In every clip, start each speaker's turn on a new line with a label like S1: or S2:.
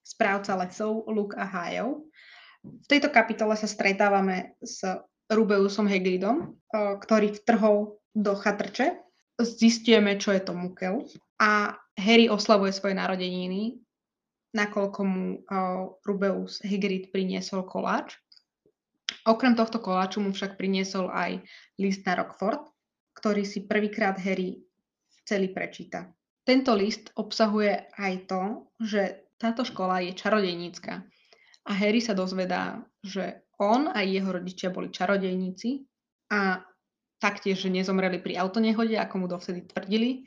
S1: správca lesov Luke a Hájov. V tejto kapitole sa stretávame s Rubeusom Heglidom, ktorý vtrhol do chatrče. Zistujeme, čo je to mukel. A Harry oslavuje svoje narodeniny, nakoľko mu Rubeus Hagrid priniesol koláč. Okrem tohto koláču mu však priniesol aj list na Rockford, ktorý si prvýkrát Harry celý prečíta. Tento list obsahuje aj to, že táto škola je čarodejnícka. A Harry sa dozvedá, že on a jeho rodičia boli čarodejníci a taktiež, že nezomreli pri autonehode, ako mu dovtedy tvrdili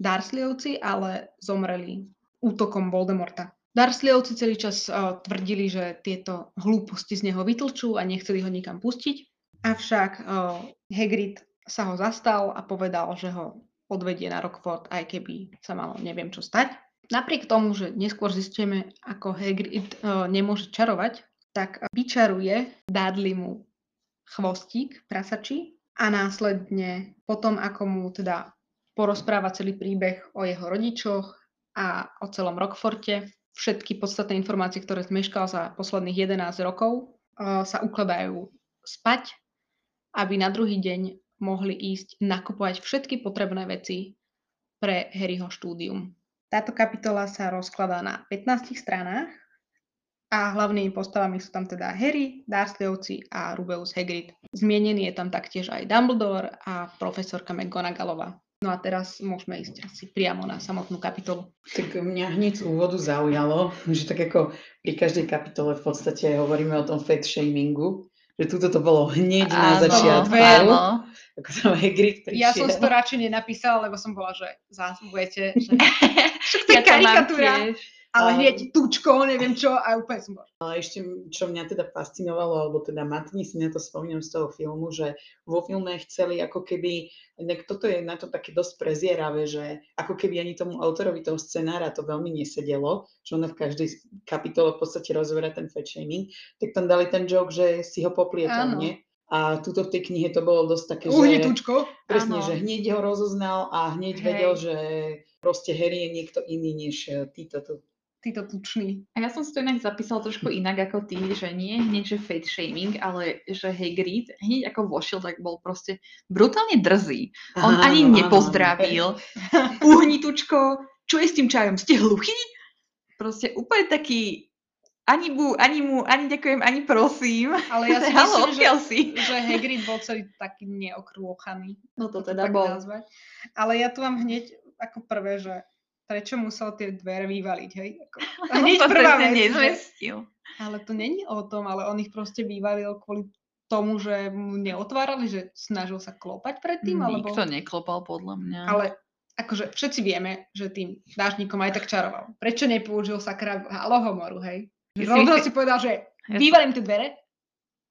S1: Darsleyovci, ale zomreli útokom Voldemorta. Darsleyovci celý čas uh, tvrdili, že tieto hlúposti z neho vytlčú a nechceli ho nikam pustiť. Avšak uh, Hagrid sa ho zastal a povedal, že ho odvedie na Rockford, aj keby sa malo neviem čo stať. Napriek tomu, že neskôr zistíme, ako Hagrid uh, nemôže čarovať, tak vyčaruje Dudleymu chvostík prasačí a následne potom, ako mu teda porozpráva celý príbeh o jeho rodičoch a o celom Rockforte, všetky podstatné informácie, ktoré zmeškal za posledných 11 rokov, uh, sa ukladajú spať, aby na druhý deň mohli ísť nakupovať všetky potrebné veci pre Harryho štúdium. Táto kapitola sa rozkladá na 15 stranách a hlavnými postavami sú tam teda Harry, Dursleyovci a Rubeus Hagrid. Zmienený je tam taktiež aj Dumbledore a profesorka McGonagallová. No a teraz môžeme ísť asi priamo na samotnú kapitolu.
S2: Tak mňa hneď z úvodu zaujalo, že tak ako pri každej kapitole v podstate hovoríme o tom fact shamingu, že tuto to bolo hneď áno, na začiatku.
S1: Áno,
S3: no.
S2: ako tam Hagrid prišiel.
S1: Ja som to radšej nenapísala, lebo som bola, že zásmujete. Že... to
S3: Ja
S1: je
S3: to mám
S1: karikatúra.
S3: tiež.
S1: Ale
S2: Ale-
S1: hneď tučko, neviem čo, a úplne som bola.
S2: Ale ešte, čo mňa teda fascinovalo, alebo teda matni si na to spomínam z toho filmu, že vo filme chceli ako keby, inak toto je na to také dosť prezieravé, že ako keby ani tomu autorovi toho scenára to veľmi nesedelo, že ono v každej s- kapitole v podstate rozverá ten fat shaming, tak tam dali ten joke, že si ho poplietal,
S1: Áno.
S2: nie? A tuto v tej knihe to bolo dosť také,
S1: Uhni
S2: že...
S1: tučko.
S2: Presne,
S3: Áno.
S2: že hneď ho rozoznal a hneď
S3: Hej.
S2: vedel, že proste Harry je niekto iný než e, títo tu.
S1: Títo tučný.
S3: A ja som si to inak zapísala trošku inak ako ty, že nie hneď, že fate shaming, ale že Hagrid hneď ako vošiel, tak bol proste brutálne drzý. On ani
S2: Áno, áno, áno.
S3: nepozdravil. Uhnitučko, čo je s tým čajom? Ste hluchí? Proste úplne taký ani bu, ani mu, ani ďakujem, ani prosím.
S1: Ale ja si
S3: Halo,
S1: myslím, že,
S3: odkiaľ si?
S1: že Hagrid bol celý taký neokrôchaný.
S3: No to
S1: to
S3: teda
S1: tak
S3: bol.
S1: nazvať. Ale ja tu mám hneď ako prvé, že prečo musel tie dvere vyvaliť, hej? Ako, hneď
S3: to teda
S1: prvá
S3: presne
S1: vec, že-
S3: nezmestil.
S1: Ale to není o tom, ale on ich proste vyvalil kvôli tomu, že mu neotvárali, že snažil sa klopať predtým, alebo...
S3: Nikto neklopal podľa mňa.
S1: Ale akože všetci vieme, že tým dážnikom aj tak čaroval. Prečo nepoužil sakra halohomoru, hej?
S3: Že si
S1: Rovno
S3: myslí-
S1: si povedal, že
S3: ja,
S1: vyvalím tie dvere,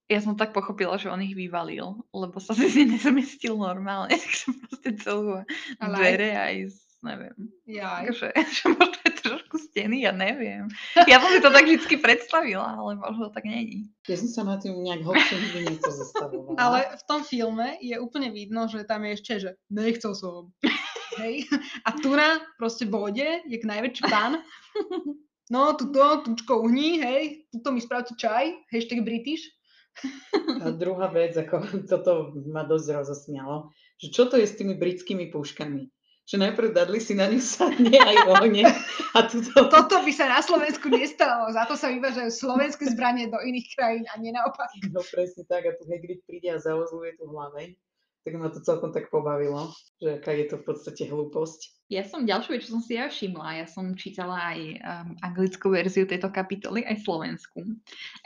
S3: ja som tak pochopila, že on ich vyvalil, lebo sa si nezmestil normálne. Tak som proste celú
S1: Ale aj-
S3: dvere aj z, neviem.
S1: jaj.
S3: Akože, že možno je trošku steny, ja neviem. Ja som si to tak vždy predstavila, ale možno tak není.
S2: Ja som sa na tým nejak hlbšie nikdy nepozastavovala.
S1: Ale v tom filme je úplne vidno, že tam je ešte, že nechcel som. Hej. A tu na proste vode je k najväčší pán. No, tuto, tučko uhní, hej, tuto mi spravte čaj, hashtag British.
S2: A druhá vec, ako toto ma dosť rozosmialo, že čo to je s tými britskými puškami? Že najprv dadli si na nich sadne aj ohne a tuto...
S1: Toto by sa na Slovensku nestalo, za to sa vyvážajú slovenské zbranie do iných krajín a nie naopak.
S2: No presne tak, a tu Hagrid príde a zaozluje tú hlaveň. Tak ma to celkom tak pobavilo, že aká je to v podstate hlúposť.
S3: Ja som ďalšiu vec, čo som si ja všimla, ja som čítala aj um, anglickú verziu tejto kapitoly, aj slovenskú.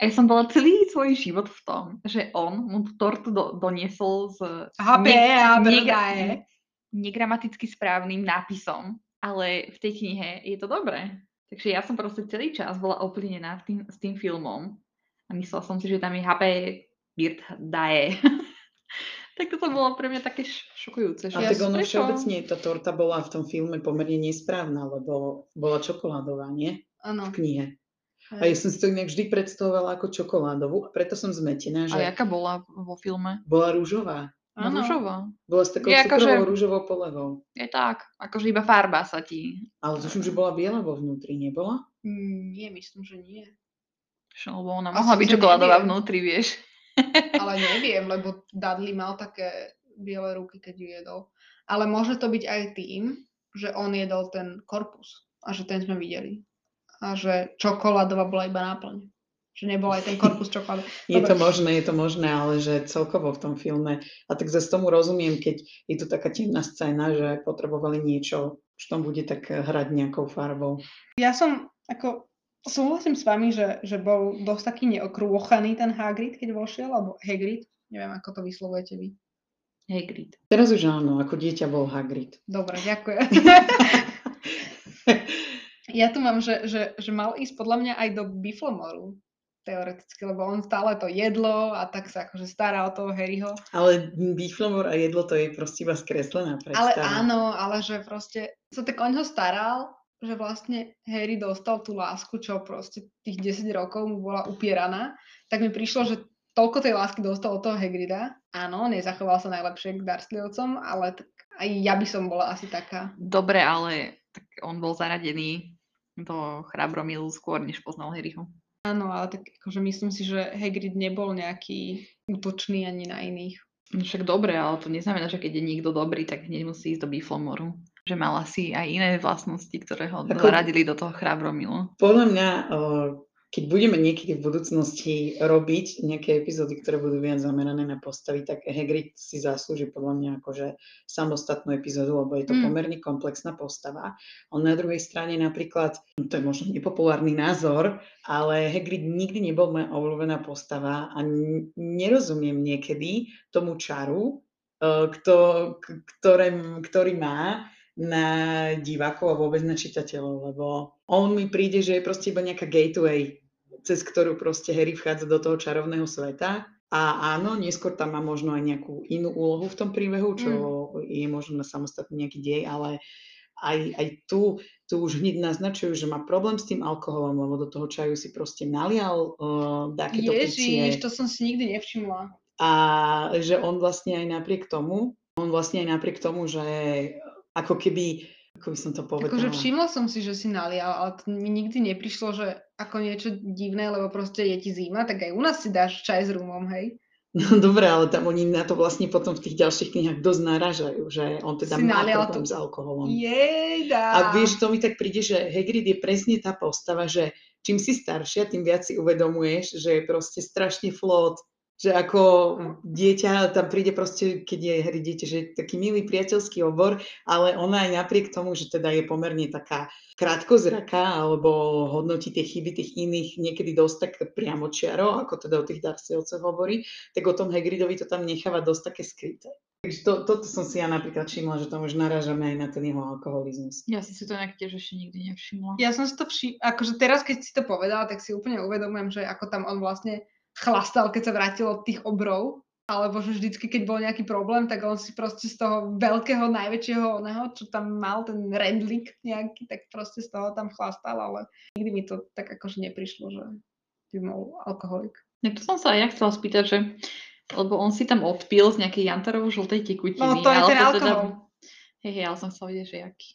S3: A ja som bola celý svoj život v tom, že on mu tú tortu do, doniesol s
S1: HP
S3: Nie-
S1: E a
S3: negra-
S1: brdaje.
S3: negramaticky správnym nápisom, ale v tej knihe je to dobré. Takže ja som proste celý čas bola ovplyvnená tým, s tým filmom a myslela som si, že tam je HP Birt Dae. tak to bolo pre mňa také š- šokujúce. že
S2: A
S1: Ja
S2: tak
S3: som-
S2: ono
S3: prečo?
S2: všeobecne, tá torta bola v tom filme pomerne nesprávna, lebo bola čokoládová, nie?
S1: Áno.
S2: V knihe. A ja som si to inak vždy predstavovala ako čokoládovú, a preto som zmetená, že
S3: A jaká bola vo filme?
S2: bola rúžová.
S3: No, rúžová.
S2: Bola s takou
S3: Je ako,
S2: cukrovou
S3: že-
S2: rúžovou polevou.
S3: Je tak. Akože iba farba sa ti...
S2: Ale tuším, že bola biela vo vnútri, nebola?
S1: Mm, Nie, myslím, že nie.
S3: Čo, lebo ona
S1: Asi
S3: mohla byť
S1: to
S3: čokoládová
S1: neviem.
S3: vnútri, vieš.
S1: Ale neviem, lebo Dudley mal také biele ruky, keď ju jedol. Ale môže to byť aj tým, že on jedol ten korpus a že ten sme videli. A že čokoládová bola iba náplň. Že nebol aj ten korpus čokolády.
S2: Je to
S1: Dobre.
S2: možné, je to možné, ale že celkovo v tom filme. A tak zase tomu rozumiem, keď je tu taká temná scéna, že potrebovali niečo, čo tam bude tak eh, hrať nejakou farbou.
S1: Ja som ako súhlasím s vami, že, že bol dosť taký neokrôchaný ten Hagrid, keď vošiel, alebo Hagrid, neviem, ako to vyslovujete vy.
S3: Hagrid.
S2: Teraz už áno, ako dieťa bol Hagrid.
S1: Dobre, ďakujem. ja tu mám, že, že, že mal ísť podľa mňa aj do Biflomoru, teoreticky, lebo on stále to jedlo a tak sa akože stará o toho Harryho.
S2: Ale Biflomor a jedlo to je proste iba skreslená
S1: Ale
S2: predstava.
S1: áno, ale že proste sa tak o ňo staral, že vlastne Harry dostal tú lásku, čo proste tých 10 rokov mu bola upieraná, tak mi prišlo, že toľko tej lásky dostal od toho Hagrida. Áno, nezachoval sa najlepšie k Dursleyovcom, ale tak aj ja by som bola asi taká.
S3: Dobre, ale tak on bol zaradený do chrabromilu skôr, než poznal Harryho.
S1: Áno, ale tak akože myslím si, že Hagrid nebol nejaký útočný ani na iných.
S3: No Však dobre, ale to neznamená, že keď je niekto dobrý, tak hneď musí ísť do Biflomoru. Že mal asi aj iné vlastnosti, ktoré ho
S2: Ako-
S3: zaradili do toho chrabromilu.
S2: Podľa mňa, eh, keď budeme niekedy v budúcnosti robiť nejaké epizódy, ktoré budú viac zamerané na postavy, tak Hagrid si zaslúži podľa mňa akože samostatnú epizódu, lebo je to
S3: Mm.
S2: pomerne komplexná postava. On na druhej strane napríklad, no to je možno nepopulárny názor, ale Hagrid nikdy nebol moja obľúbená postava a n- nerozumiem niekedy tomu čaru, eh, kto, k- ktoré, ktorý má na divákov a vôbec na čitateľov, lebo on mi príde, že je proste iba nejaká gateway, cez ktorú proste Harry vchádza do toho čarovného sveta. A áno, neskôr tam má možno aj nejakú inú úlohu v tom príbehu, čo je možno na samostatný nejaký dej, ale aj, aj tu, tu už hneď naznačujú, že má problém s tým alkoholom, lebo do toho čaju si proste nalial uh, takéto picie.
S1: Ježiš, to som si nikdy nevšimla.
S2: A že on vlastne aj napriek tomu, on vlastne aj napriek tomu, že ako keby, ako by som to povedala.
S1: Akože všimla som si, že si nalial, ale to mi nikdy neprišlo, že ako niečo divné, lebo proste je ti zima, tak aj u nás si dáš čaj s rumom, hej.
S2: No dobre, ale tam oni na to vlastne potom v tých ďalších knihách dosť narážajú, že on teda
S1: Si
S2: má
S1: nalial
S2: problém
S1: tú-
S2: s alkoholom.
S1: Jejda!
S2: A vieš, to mi tak príde, že Hagrid je presne tá postava, že čím si staršia, tým viac si uvedomuješ, že je proste strašne flót, že ako dieťa tam príde proste, keď je hry dieťa, že je taký milý priateľský obor, ale ona aj napriek tomu, že teda je pomerne taká krátkozraká alebo hodnotí tie chyby tých iných niekedy dosť tak priamočiaro, ako teda o tých Darcyovcoch hovorí, tak o tom Hagridovi to tam necháva dosť také skryté. Takže to, toto som si ja napríklad všimla, že tam už narážame aj na ten jeho alkoholizmus.
S3: Ja som si to nejak tiež ešte nikdy nevšimla.
S1: Ja som si to všimla, akože teraz, keď si to povedala, tak si úplne uvedomujem, že ako tam on vlastne chlastal, keď sa vrátil od tých obrov, alebo že vždycky, keď bol nejaký problém, tak on si proste z toho veľkého, najväčšieho oného, čo tam mal, ten rendlik nejaký, tak proste z toho tam chlastal, ale nikdy mi to tak akože neprišlo, že by bol alkoholik.
S3: Ja to som sa aj ja chcela spýtať, že lebo on si tam odpil z nejakej jantarovo žltej tekutiny.
S1: No, to je ten
S3: alebo
S1: alkohol.
S3: Hej, hej, ale som chcela vedieť, že jaký.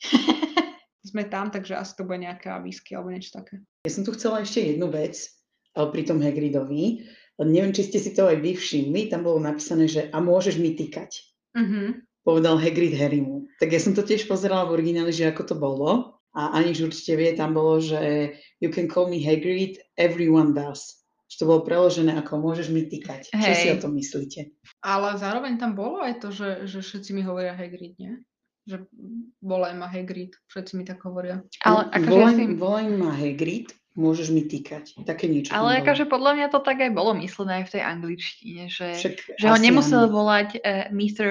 S1: Sme tam, takže asi to bude nejaká whisky alebo niečo také.
S2: Ja som tu chcela ešte jednu vec ale pri tom Hagridovi. Neviem, či ste si to aj vy všimli, tam bolo napísané, že a môžeš mi týkať.
S1: Uh-huh.
S2: povedal Hagrid Harrymu. Tak ja som to tiež pozerala v origináli, že ako to bolo. A Aniž určite vie, tam bolo, že you can call me Hagrid, everyone does. Že to bolo preložené ako môžeš mi týkať. Čo si o
S3: Hej.
S2: tom myslíte?
S1: Ale zároveň tam bolo aj to, že, že všetci mi hovoria Hagrid, nie? Že bola ma Hagrid, všetci mi tak hovoria.
S3: Ale akože, ja
S2: volaj,
S3: si-
S2: volaj ma Hagrid, môžeš mi týkať. Také niečo. tam
S3: ale
S2: bolo.
S3: akože podľa mňa to tak aj bolo myslené aj v tej angličtine, že,
S2: Však
S3: že ho
S2: asi
S3: nemusel e,
S2: áno.
S3: volať uh, Mr.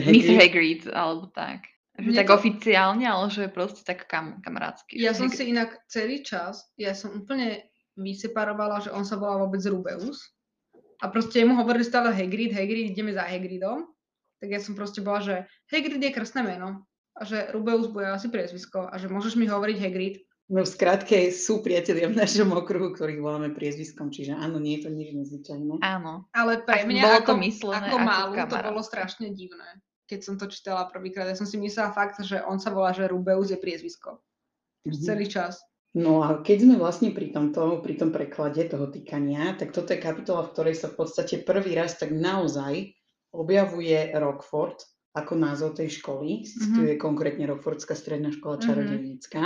S3: Mr.
S2: Hagrid.
S3: Hagrid, alebo tak. Že
S1: Mne
S3: tak
S1: to-
S3: oficiálne, ale že proste tak kam, kamarátsky.
S1: Ja
S3: že
S1: som
S3: hek-
S1: si inak celý čas, ja som úplne vyseparovala, že on sa volá vôbec Rubeus. A proste mu hovorili stále Hagrid, Hagrid, ideme za Hagridom. Tak ja som proste bola, že Hagrid je krstné meno. A že Rubeus bude asi priezvisko. A že môžeš mi hovoriť Hagrid.
S2: No v skratke sú priatelia v našom okruhu, ktorých voláme priezviskom, čiže áno, nie je to nič nezvyčajné.
S3: Áno.
S1: Ale pre
S3: Ak
S1: mňa
S3: bolo
S1: ako,
S3: to myslené
S1: ako
S3: ako
S1: malú to
S3: kamarát.
S1: bolo strašne divné, keď som to čítala prvýkrát. Ja som si myslela fakt, že on sa volá, že Rubeus je priezvisko.
S2: Mhm.
S1: Celý čas.
S2: No a keď sme vlastne pri tomto, pri tom preklade toho týkania, tak toto je kapitola, v ktorej sa v podstate prvý raz tak naozaj objavuje Rockford ako názov tej školy. Sice tu
S1: Mhm.
S2: je konkrétne Rockfordská stredná škola
S1: Mhm.
S2: čarodejnícka.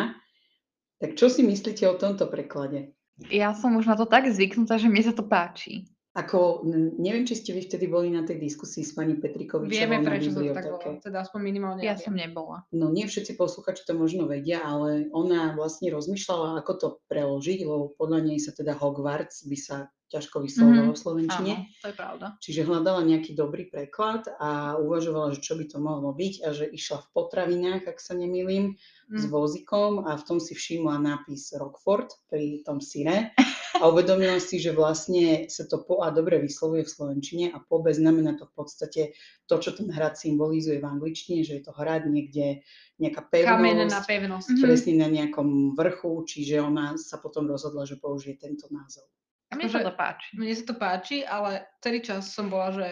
S2: Tak čo si myslíte o tomto preklade?
S3: Ja som už na to tak zvyknutá, že mne sa to páči.
S2: Ako, n- neviem, či ste vy vtedy boli na tej diskusii s pani Petrikovičovou
S1: Vieme,
S2: na
S1: prečo sa to tak
S2: bibliotéke.
S1: volá. Teda aspoň minimálne
S3: Ja,
S1: viem.
S3: som nebola.
S2: No nie všetci posluchači to možno vedia, ale ona vlastne rozmýšľala, ako to preložiť, lebo podľa nej sa teda Hogwarts by sa ťažko vyslovovalo v slovenčine.
S3: Áno, to je pravda.
S2: Čiže hľadala nejaký dobrý preklad a uvažovala, že čo by to mohlo byť a že išla v potravinách, ak sa nemýlim, s
S1: Mm.
S2: vozíkom a v tom si všimla nápis Rockford pri tom syre a uvedomila si, že vlastne sa to po A dobre vyslovuje v slovenčine a po B znamená to v podstate to, čo ten hrad symbolizuje v angličtine, že je to hrad niekde, nejaká
S1: Kamen na
S2: pevnosť,
S1: pevnosť.
S3: Mhm.
S2: presne na nejakom vrchu, čiže ona sa potom rozhodla, že použije tento názov.
S3: A mne sa
S1: Akože-
S3: to páči.
S1: Mne sa to páči, ale celý čas som bola, že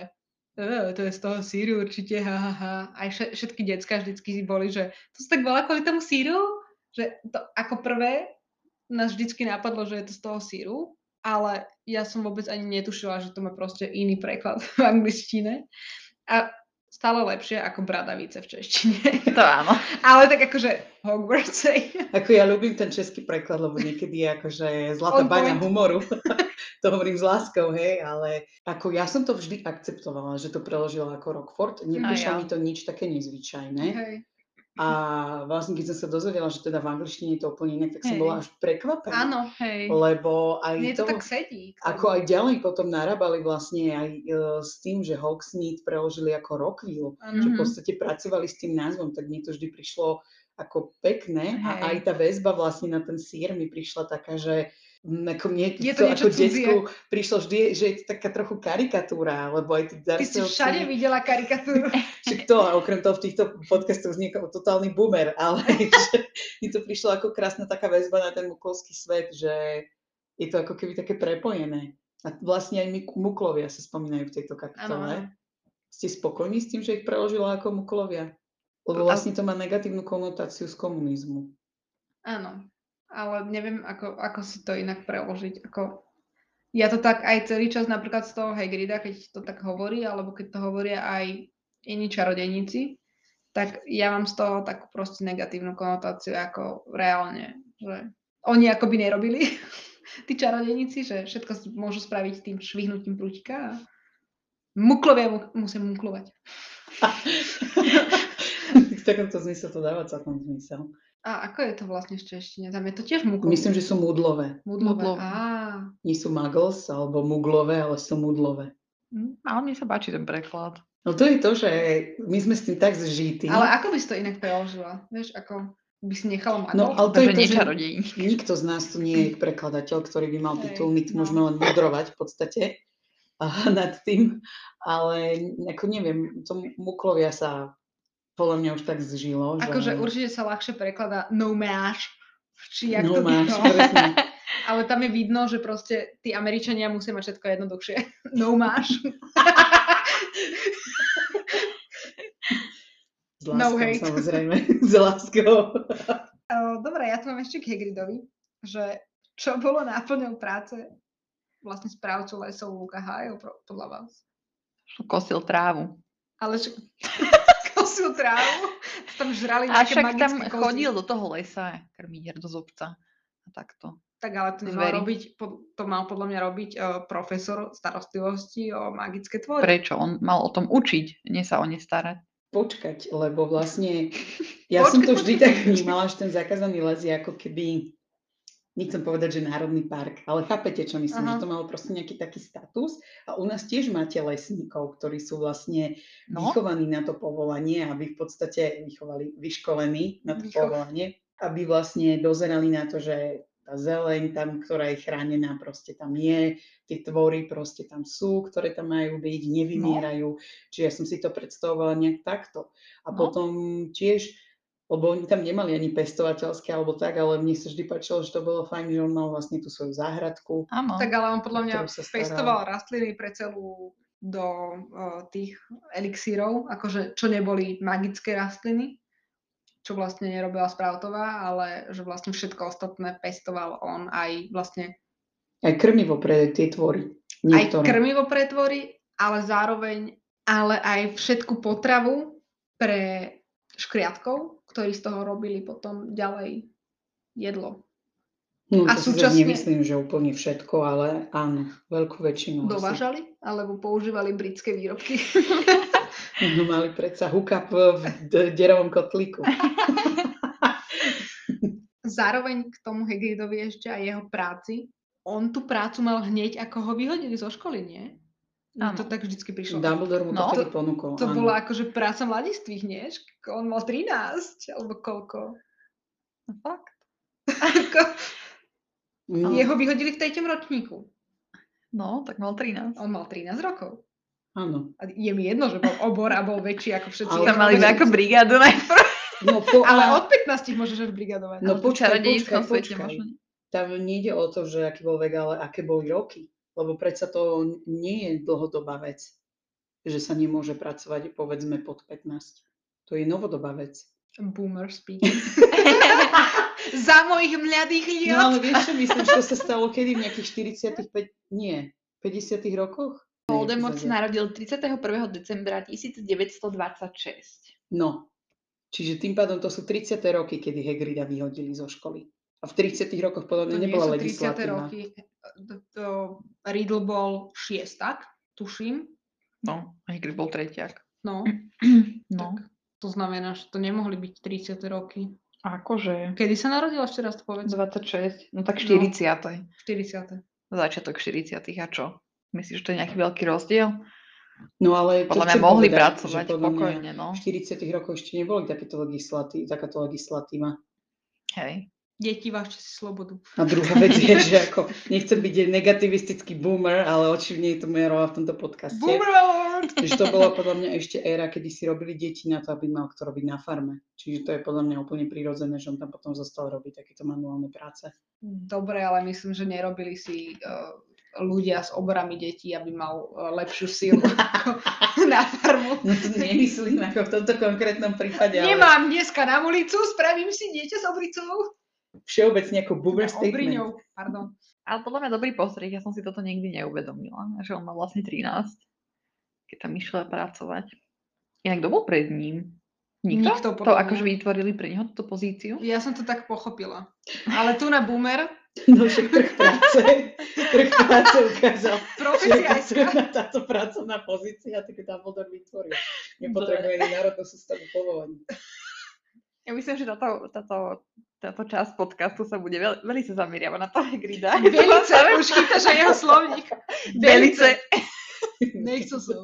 S1: "E, to je z toho síru určite, ha, ha, ha. Aj vše- všetky decka vždycky boli, že to si tak bola kvôli tomu síru, že to ako prvé nás vždycky napadlo, že je to z toho síru, ale ja som vôbec ani netušila, že to má proste iný preklad v angličtine. A stále lepšie ako bradavice v češtine.
S3: To áno.
S1: ale tak akože Hogwarts. hej.
S2: Ako ja ľúbim ten český preklad, lebo niekedy je akože zlatá
S1: On
S2: baňa
S1: point.
S2: humoru. to hovorím s láskou, hej, ale ako ja som to vždy akceptovala, že to preložila ako Rockford. Neprišlo
S3: ja.
S2: mi to nič také nezvyčajné.
S1: Hej.
S2: A vlastne, keď som sa dozvedela, že teda v angličtine je to úplne inak, tak som
S3: Hej.
S2: bola až prekvapená.
S1: Áno, hej.
S2: Lebo aj
S1: Mne
S2: to,
S1: to tak sedí. k
S2: ako aj ďalej potom narábali vlastne aj e, s tým, že Hawksmith preložili ako Rockville
S1: tomu. Áno.
S2: že v
S3: Mhm.
S2: podstate pracovali s tým názvom, tak mne to vždy prišlo ako pekné a
S3: Hej.
S2: aj tá väzba vlastne na ten sír mi prišla taká, že mm, ako mne
S1: Je to
S2: to, ako
S1: niečo cudzie.
S2: decku prišlo vždy, že je to taká trochu karikatúra, lebo aj tí
S1: Ty si
S2: Darcyovci-
S1: všade videla karikatúru.
S2: Však to, a okrem toho v týchto podcastoch vznikol totálny boomer, ale že mi to prišlo ako krásna taká väzba na ten muklovský svet, že je to ako keby také prepojené. A vlastne aj muk- muklovia sa spomínajú v tejto
S1: áno.
S2: kapitole. Ste spokojní s tým, že ich preložila ako muklovia? Lebo
S3: A-
S2: vlastne to má negatívnu konotáciu z komunizmu.
S1: Áno, ale neviem, ako, ako si to inak preložiť. Ako... Ja to tak aj celý čas napríklad z toho Hagrida, keď to tak hovorí, alebo keď to hovoria aj iní čarodejníci, tak ja mám z toho takú proste negatívnu konotáciu, ako reálne, že oni akoby nerobili tí čarodejníci, že všetko si môžu spraviť tým švihnutím prútika a muklovia mu, musia muklovať.
S2: v takomto zmysle to dáva celkom zmysel.
S1: A ako je to vlastne v češtine? Tam je to tiež muklovia.
S2: Myslím, že sú mudlové.
S1: Mudlové.
S3: Mudlové.
S1: Á,
S2: Nie sú muggles alebo muglové, ale sú mudlové.
S3: Mm, Ale mne sa páči ten preklad.
S2: No to je to, že my sme s tým tak zžití.
S1: Ale ako by si to inak preložila? Vieš, ako by si nechala magol?
S2: No, ale to
S3: Takže
S2: je to, že
S3: nečarodejní.
S2: nikto z nás tu nie je prekladateľ, ktorý by mal
S1: Hej,
S2: titul, my tu
S1: no.
S2: môžeme len mudrovať v podstate a, nad tým, ale ako neviem, to muklovia sa podľa mňa už tak zžilo.
S1: Akože určite sa ľahšie prekladá no máš, či jak to
S2: no, máš,
S1: no.
S2: presne.
S1: Ale tam je vidno, že proste tí Američania musia mať všetko jednoduchšie. No máš,
S2: S
S1: No
S2: láskou,
S1: hate.
S2: samozrejme. S láskou.
S1: Uh, Dobre, ja tu mám ešte k Hagridovi, že čo bolo náplňou práce vlastne správcu lesov Luka Hájov pro- podľa vás.
S3: Kosil trávu.
S1: Ale čo... kosil trávu, tam žrali
S3: A
S1: nejaké
S3: však tam
S1: magické kozy.
S3: chodil do toho lesa krmiť do zobca. A takto.
S1: Tak ale to nemal
S3: Zveri.
S1: robiť, po- to mal podľa mňa robiť e, profesor starostlivosti o magické tvory.
S3: Prečo? On mal o tom učiť, nie sa o ne starať.
S2: Počkať, lebo vlastne ja som to vždy tak vnímala, že ten zakázaný les je ako keby nechcem povedať, že národný park, ale chápete, čo myslím,
S1: Aha.
S2: že to malo proste nejaký taký status. A u nás tiež máte lesníkov, ktorí sú vlastne
S3: No,
S2: vychovaní na to povolanie, aby v podstate vychovali, vyškolení na to
S1: Vychov-
S2: povolanie, aby vlastne dozerali na to, že tá zeleň tam, ktorá je chránená, proste tam je, tie tvory proste tam sú, ktoré tam majú byť, nevymierajú. Čiže ja som si to predstavovala nejak takto. A
S3: No.
S2: potom tiež, lebo oni tam nemali ani pestovateľské alebo tak, ale mne sa vždy páčilo, že to bolo fajn, že on mal vlastne tú svoju záhradku.
S3: áno.
S1: Tak ale on podľa mňa
S2: ktorú sa staral.
S1: pestoval rastliny pre celú do uh, tých elixírov, akože čo neboli magické rastliny, čo vlastne nerobila Sproutová, ale že vlastne všetko ostatné pestoval on aj vlastne
S2: Aj krmivo pre tie tvory.
S1: aj
S2: Niektoré.
S1: krmivo pretvorí, ale zároveň ale aj všetku potravu pre škriatkov, ktorí z toho robili potom ďalej jedlo.
S2: No,
S1: A
S2: to si
S1: súčasne-
S2: zase nemyslím, že úplne všetko, ale áno, veľkú väčšinu. asi.
S1: Dovážali alebo používali britské výrobky.
S2: No mali predsa hookup v d- derovom kotlíku.
S1: Zároveň k tomu Hagridovi ešte aj jeho práci. On tú prácu mal hneď, ako ho vyhodili zo školy, nie? Mne
S3: Áno.
S1: to tak vždycky prišlo.
S2: Dumbledore mu to
S3: No,
S2: vtedy ponúkol.
S1: to
S2: áno.
S1: bola akože práca mladistvých, nie? Šk- On mal 13, alebo koľko.
S3: No fakt.
S1: Ako-
S2: No,
S1: Jeho vyhodili v tejtom ročníku.
S3: No, tak mal 13.
S1: On mal 13 rokov.
S2: áno.
S1: A je mi jedno, že bol obor a bol väčší ako všetci.
S2: Ale
S3: Tam mali
S2: akože-
S3: iba ako brigádu najprv.
S2: No, po,
S1: Ale od 15 môžeš až brigadovať.
S2: no
S3: V
S2: počkaj, počkaj,
S3: čarodejníckom svete
S2: počkaj.
S3: možno.
S2: Tam nejde o to, že aký bol vek, ale aké boli roky. Lebo predsa to nie je dlhodobá vec, že sa nemôže pracovať, povedzme, pod 15. To je novodobá vec.
S1: Boomer speak. Za mojich mladých liot.
S2: No ale vieš čo, myslím, že to sa stalo kedy v nejakých 45, nie, 50 rokoch?
S3: Voldemort
S2: Nejak
S3: sa narodil 31. decembra 1926.
S2: No, čiže tým pádom to sú 30. roky, kedy Hegrida vyhodili zo školy. A v 30. rokoch podľa mňa
S1: To nie
S2: nebola
S1: sú 30.
S2: legislatíva.
S1: roky. To, to Riddle bol šiestak, tuším.
S3: No, Hagrid bol tretiak.
S1: No,
S3: No,
S1: tak to znamená, že to nemohli byť 30. roky.
S3: akože?
S1: Kedy sa narodila ešte raz, to povedz?
S3: 26, no tak
S1: No.
S3: 40.
S1: 40.
S3: Začiatok 40. a čo? Myslíš, že to je nejaký veľký rozdiel?
S2: No ale to
S3: Podľa mňa
S2: chcem
S3: mohli
S2: povedať,
S3: pracovať
S2: že podľa mňa
S3: pokojne, no.
S2: V 40. rokoch ešte neboli takéto legislatí- takáto legislatíva.
S3: Hej.
S1: Deti vážte si slobodu.
S2: A druhá vec je, že ako, nechcem byť negativistický boomer, ale očivne je to moja rola v tomto podcaste.
S1: Boomerang!
S2: Že to bola podľa mňa ešte éra, kedy si robili deti na to, aby mal kto robiť na farme. Čiže to je podľa mňa úplne prirodzené, že on tam potom zostal robiť takéto manuálne práce.
S1: Dobre, ale myslím, že nerobili si eh, ľudia s obrami detí, aby mal eh, lepšiu silu ako na farmu.
S2: No to nemyslím ako v tomto konkrétnom prípade, ale
S1: Nemám dneska na ulicu, spravím si dieťa s obricou.
S2: všeobecne ako boomer
S1: Teda
S2: statement.
S1: Obriňou, pardon.
S3: Ale podľa mňa dobrý postreh, ja som si toto nikdy neuvedomila, že on mal vlastne 13, keď tam išla pracovať. Inak kto bol pred ním? Nikto?
S1: Nikto,
S3: to
S1: podľa mňa.
S3: akože vytvorili pre neho túto pozíciu?
S1: Ja som to tak pochopila. Ale tu na boomer,
S2: No však trh práce, trh práce ukázal, že je
S1: profesia aj ská-
S2: potrebná táto pracovná pozícia, tak ju Dumbledore vytvoril. Nepotrebuje ani národnú sústavu povolaní.
S3: Ja myslím, že táto, táto, táto časť podcastu sa bude veľ, veľmi sa zameriava na toho Hagrida.
S1: Velice, už chytáš aj jeho slovník.
S3: Velice.
S1: Nechcel som.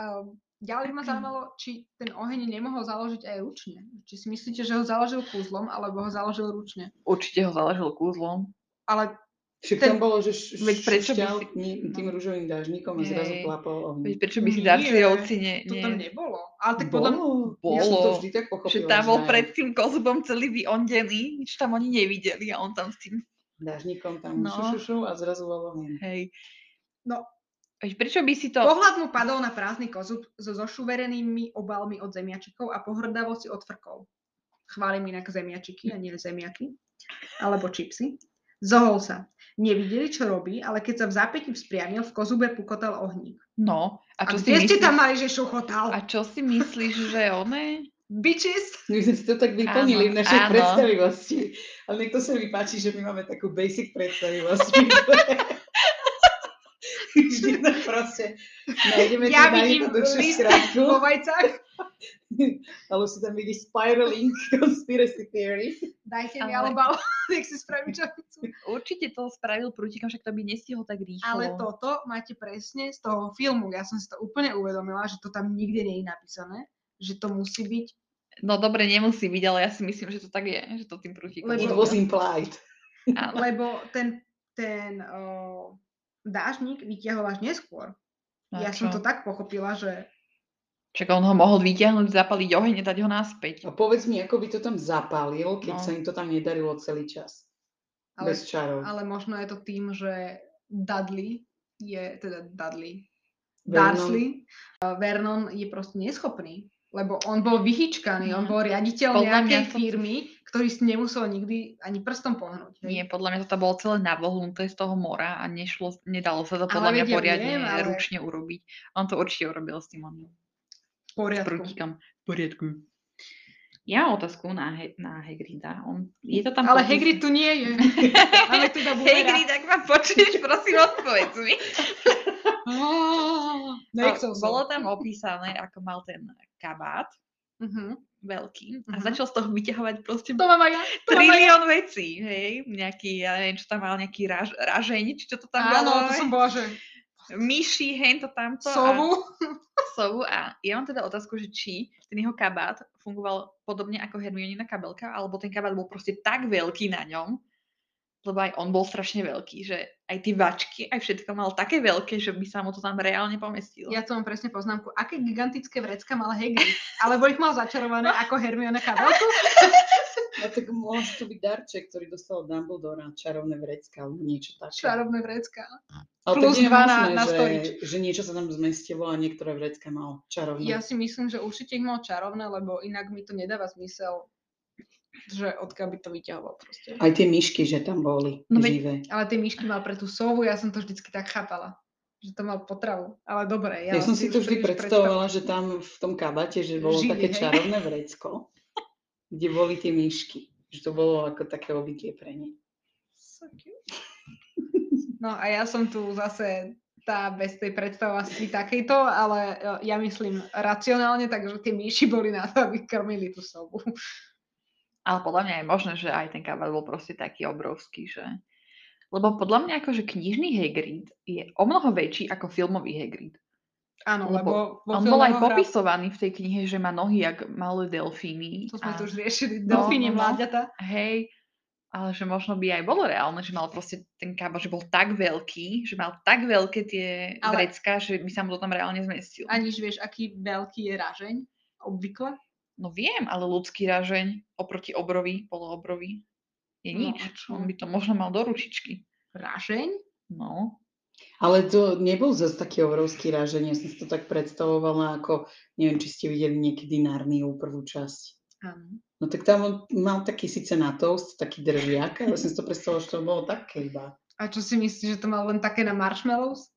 S1: Um, ďalej by ma zaujímalo, či ten oheň nemohol založiť aj ručne. Či si myslíte, že ho založil kúzlom, alebo ho založil ručne.
S3: Určite ho založil kúzlom.
S1: Ale
S2: Však
S1: Ten-
S2: tam bolo, že š-
S3: Veď prečo by si-
S2: šťavní tým rúžovým dážnikom a zrazu
S3: Hej.
S2: plápal
S3: Veď
S2: ohň.
S3: prečo by si
S1: Nie,
S3: Darcyovci ne...
S1: to
S3: ne-
S1: tam nebolo. Ale tak podľa mňa...
S2: Bolo.
S3: Bolo.
S2: Ja som to vždy tak pochopila.
S3: že tam bol
S2: aj
S3: pred tým kozubom celý vyondený, nič tam oni nevideli a on tam s tým,
S2: Dážnikom tam
S3: No.
S2: no. šu, šu, šu a zrazu bol ohň.
S3: hej.
S1: No.
S3: Veď prečo by si to...
S1: Pohľad mu padol na prázdny kozub so zošuverenými obalmi od zemiačikov a pohrdavo si od frkov. Chválim inak zemiačiky a nie zemiaky. Alebo čipsy. Zohol sa. Nevideli, čo robí, ale keď sa v zápäti vzpriamil, v kozube pukotal ohník.
S3: No, a
S1: A,
S3: čo, si
S1: kde ste
S3: myslíš,
S1: tam mali, že šuchotal?
S3: a čo si myslíš, že one?
S1: Bitches!
S2: No, My sme si to tak vyplnili
S3: Áno,
S2: v našej
S3: áno.
S2: predstavivosti. Ale niekto sa mi páči, že my máme takú basic predstavivosť. Vždy to proste nájdeme
S1: Ja vidím
S2: tú najjednoduchšiu
S1: list
S2: skratku,
S1: vo vajcách.
S2: ale si tam vidí spiraling conspiracy theory.
S1: Dajte mi
S3: Ale-
S1: alebo nech si spravím čo chcú.
S3: Určite to spravil prútikom, však to by nestihol tak rýchlo.
S1: Ale toto máte presne z toho filmu. Ja som si to úplne uvedomila, že to tam nikde nie je napísané. Že to musí byť
S3: No dobre, nemusí byť, ale ja si myslím, že to tak je, že to tým prútikom.
S1: Lebo-
S2: It
S3: bolo.
S2: was implied.
S3: Áno.
S1: Lebo ten, ten o, dážnik vyťahol až neskôr.
S3: No a
S1: ja som
S3: čo?
S1: to tak pochopila, že
S3: Čak on ho mohol vyťahnuť, zapaliť oheň a dať ho naspäť.
S2: A povedz mi, ako by to tam zapálil, keď
S3: No.
S2: sa im to tam nedarilo celý čas.
S1: ale,
S2: Bez čarov.
S1: ale možno je to tým, že Dudley je, teda Dudley,
S2: Vernon.
S1: Dursley, eh, Vernon je proste neschopný, lebo on bol vyhyčkaný, on
S3: Mhm.
S1: bol riaditeľ
S3: Podľa mňa
S1: nejakej
S3: to-
S1: firmy, ktorý si nemusel nikdy ani prstom pohnúť. hej.
S3: Nie, podľa mňa toto bolo celé navohnuté z toho mora a nešlo, nedalo sa to podľa
S1: Ale
S3: mňa
S1: veď ja
S3: poriadne
S1: viem, ale-
S3: ručne urobiť. On to určite urobil s tým oným.
S1: V poriadku.
S3: prútikom. V poriadku. Ja mám otázku na, He- na Hagrida. On, je to tam
S1: Ale
S3: popísané?
S1: Hagrid tu nie je. Ale tu iba Bulera.
S3: Hagrid, ak ma počuješ, prosím, odpovedz mi.
S1: Á,
S2: No,
S1: Nechcel No, som.
S3: No, Bolo tam opísané, ako mal ten kabát
S1: Mhm.
S3: veľký a
S1: Mhm.
S3: začal z toho vyťahovať proste
S1: To mám aj ja. To mám aj ja.
S3: trilión vecí, hej, nejaký, ja neviem, čo tam mal, nejaký raž, ražeň, či čo to tam
S1: Áno,
S3: bolo,
S1: to som bola, že
S3: myši, hej, to tamto. A,
S1: sovu.
S3: sovu. A ja mám teda otázku, že či ten jeho kabát fungoval podobne ako Hermionina kabelka, alebo ten kabát bol proste tak veľký na ňom, lebo aj on bol strašne veľký, že aj tie vačky, aj všetko mal také veľké, že by sa mu to tam reálne pomestilo.
S1: Ja to mám presne poznámku. Aké gigantické vrecka mala Hagrid? Alebo ich mal začarované ako Hermione kabelku?
S2: No tak mohol to byť darček, ktorý dostal od Dumbledora, čarovné vrecka alebo niečo také.
S1: Čarovné vrecka.
S2: Ale
S1: plus
S2: tak je
S1: dva na-
S2: možné,
S1: na
S2: že,
S1: storič.
S2: že niečo sa tam zmestilo a niektoré vrecka mal čarovné.
S1: Ja si myslím, že určite ich mal čarovné, lebo inak mi to nedáva zmysel, že odkiaľ by to vyťahoval proste.
S2: Aj tie myšky, že tam boli
S3: No veď-
S2: živé.
S1: Ale tie myšky mal pre tú sovu, ja som to vždycky tak chápala. Že to mal potravu. Ale dobre, ja,
S2: Ja, som si to
S1: už
S2: vždy
S1: príliš
S2: predstavovala, že tam v tom kabate, že bolo
S1: Žili,
S2: také
S1: hej.
S2: čarovné vrecko, kde boli tie myšky. Že to bolo ako také obytie pre ne.
S1: So cute. No a ja som tu zase tá bez tej predstavovasti takejto, ale e, ja myslím racionálne, takže tie myši boli na to, aby krmili tú sobu.
S3: Ale podľa mňa je možné, že aj ten kabát bol proste taký obrovský, že... Lebo podľa mňa akože knižný Hagrid je o mnoho väčší ako filmový Hagrid.
S1: Áno, lebo, vo
S3: On bol aj
S1: filmoch hra-
S3: popisovaný v tej knihe, že má nohy jak malé delfíny.
S1: To sme
S3: a-
S1: tu už riešili,
S3: No,
S1: delfíne
S3: no, no.
S1: mláďata.
S3: hej, ale že možno by aj bolo reálne, že mal proste ten kábo, že bol tak veľký, že mal tak veľké tie
S1: Ale-
S3: ale... vrecká, že by sa mu to tam reálne zmestilo.
S1: Aniž vieš, aký veľký je ražeň obvykle.
S3: No viem, ale ľudský ražeň oproti obrovi, poloobrovi, je
S1: No a
S3: nič.
S1: čo?
S3: On by to možno mal do ručičky.
S1: Ražeň?
S3: No.
S2: Ale to nebol zase taký obrovský ráženie. Ja som si to tak predstavovala, ako neviem, či ste videli niekedy Narniu prvú časť.
S1: Áno.
S2: No tak tam on mal taký síce na toast, taký držiak, ale som si to predstavovala, že to bolo také iba.
S1: A čo si myslíš, že to mal len také na marshmallows?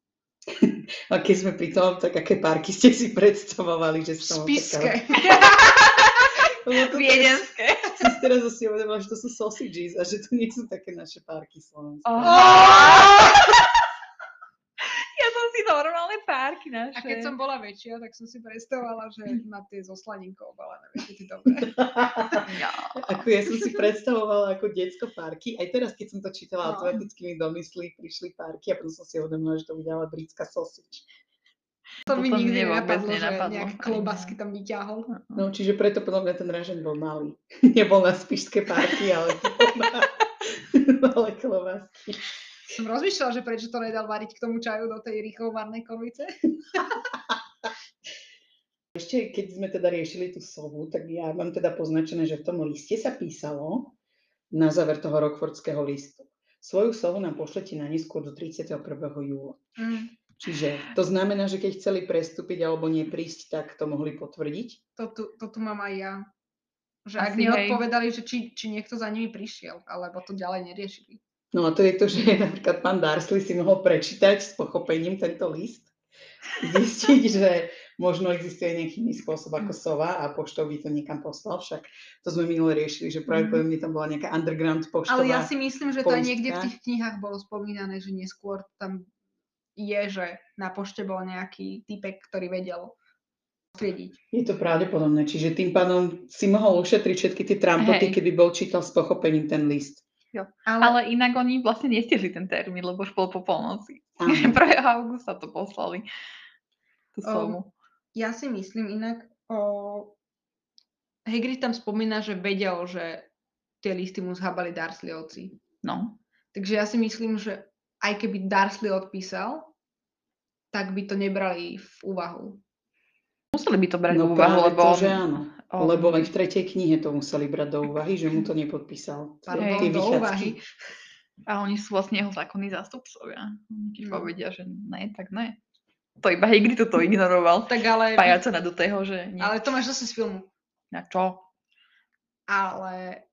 S2: A keď sme pri tom, tak aké parky ste si predstavovali, že
S1: V
S2: som
S1: spiske.
S3: Viedenské.
S2: Som si teraz asi uvedomila, že to sú sausages a že to nie sú také naše parky slovenské.
S3: Oh. Ja som si normálne párky naše.
S1: A keď som bola väčšia, tak som si predstavovala, že má tie zo slaninkou obalené. Viete, tie dobré.
S3: Ja.
S2: Ako ja som si predstavovala ako detsko parky, aj teraz, keď som to čítala
S1: No.
S2: automatickými domysly, prišli parky a potom som si uvedomila, že to bude ale britská sausage.
S1: To mi
S3: Toto
S1: nikdy
S3: mne vôbec
S1: nenapadlo, že
S3: nenapadlo. Hm.
S1: nejak
S3: Ani
S1: klobasky tam vyťahol.
S2: No, čiže preto podľa mňa ten ražen bol malý. Nebol na spišské parky, ale bol na malé klobásky.
S1: Som rozmýšľala, že prečo to nedal variť k tomu čaju do tej rýchlovarnej konvice.
S2: Ešte keď sme teda riešili tú sovu, tak ja mám teda poznačené, že v tom liste sa písalo na záver toho rokfordského listu. Svoju sovu nám pošlete na neskôr do 31. júla.
S3: Hm.
S2: Čiže to znamená, že keď chceli prestúpiť alebo neprísť, tak to mohli potvrdiť.
S1: To, tu, to tu mám aj ja. Že ak
S3: Asi hej.
S1: neodpovedali, že či, či niekto za nimi prišiel, alebo to ďalej neriešili.
S2: No a to je to, že napríklad pán Darsley si mohol prečítať s pochopením tento list, zistiť, že možno existuje nejaký iný spôsob ako sova a poštou by to niekam poslal. Však to sme minule riešili, že
S3: Mhm.
S2: pravdepodobne tam bola nejaká underground poštová.
S1: Ale ja si myslím, že to aj niekde v
S2: poistka.
S1: tých knihách bolo spomínané, že neskôr tam je, že na pošte bol nejaký typek, ktorý vedel triediť.
S2: Je to pravdepodobné, čiže tým pádom si mohol ušetriť všetky tie trampoty,
S3: Hej.
S2: keby bol čítal s pochopením ten list.
S1: Ale, ale
S3: Ale inak oni vlastne nestihli ten termín, lebo už bol po polnoci.
S2: Áno.
S3: 1. augusta to poslali. Tú
S1: Um,
S3: slovu.
S1: ja si myslím inak, o... Hagrid tam spomína, že vedel, že tie listy mu zhabali Dursleyovci.
S3: No.
S1: Takže ja si myslím, že aj keby Darsley odpísal, tak by to nebrali v úvahu.
S3: Museli by to brať do
S2: No
S3: úvahu,
S2: práve
S3: lebo...
S2: to,
S3: on-
S2: že áno.
S3: on-
S2: Lebo aj v tretej knihe to museli brať do úvahy, že mu to nepodpísal.
S1: Pardon,
S2: Tie
S1: do
S2: vychádzky.
S1: úvahy.
S3: A oni sú vlastne jeho zákonní zástupcovia. Oni Keď
S1: No.
S3: povedia, že ne, tak ne. To iba Hagrid toto ignoroval.
S1: Tak ale,
S3: Pájaca na do toho, že nie.
S1: ale to máš zase z filmu.
S3: Na čo?
S1: Ale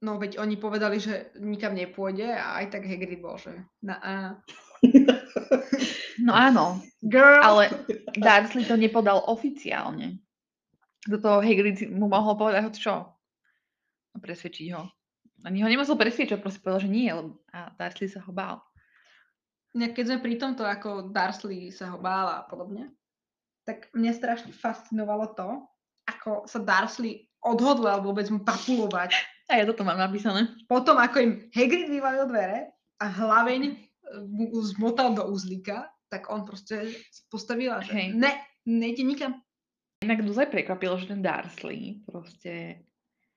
S1: no veď oni povedali, že nikam nepôjde a aj tak Hagrid bol, že na a.
S3: No áno,
S1: Girl! Ale...
S3: ale Dursley to nepodal oficiálne. Do toho Hagrid mu mohol povedať hoď čo. A presvedčiť ho. Ani ho nemusel presvedčiť, proste povedal, že nie. Lebo... A Dursley sa ho bál.
S1: Keď sme pri tomto, ako Darsley sa ho bála a podobne, tak mňa strašne fascinovalo to, ako sa Darsley odhodlal vôbec mu papulovať
S3: A ja toto mám napísané.
S1: Potom, ako im Hagrid vyvalil dvere a hlaveň eh, mu zmotal do uzlíka, tak on proste postavila, že
S3: Hej.
S1: ne, nejde nikam.
S3: Inak dozaj prekvapilo, že ten Dursley proste...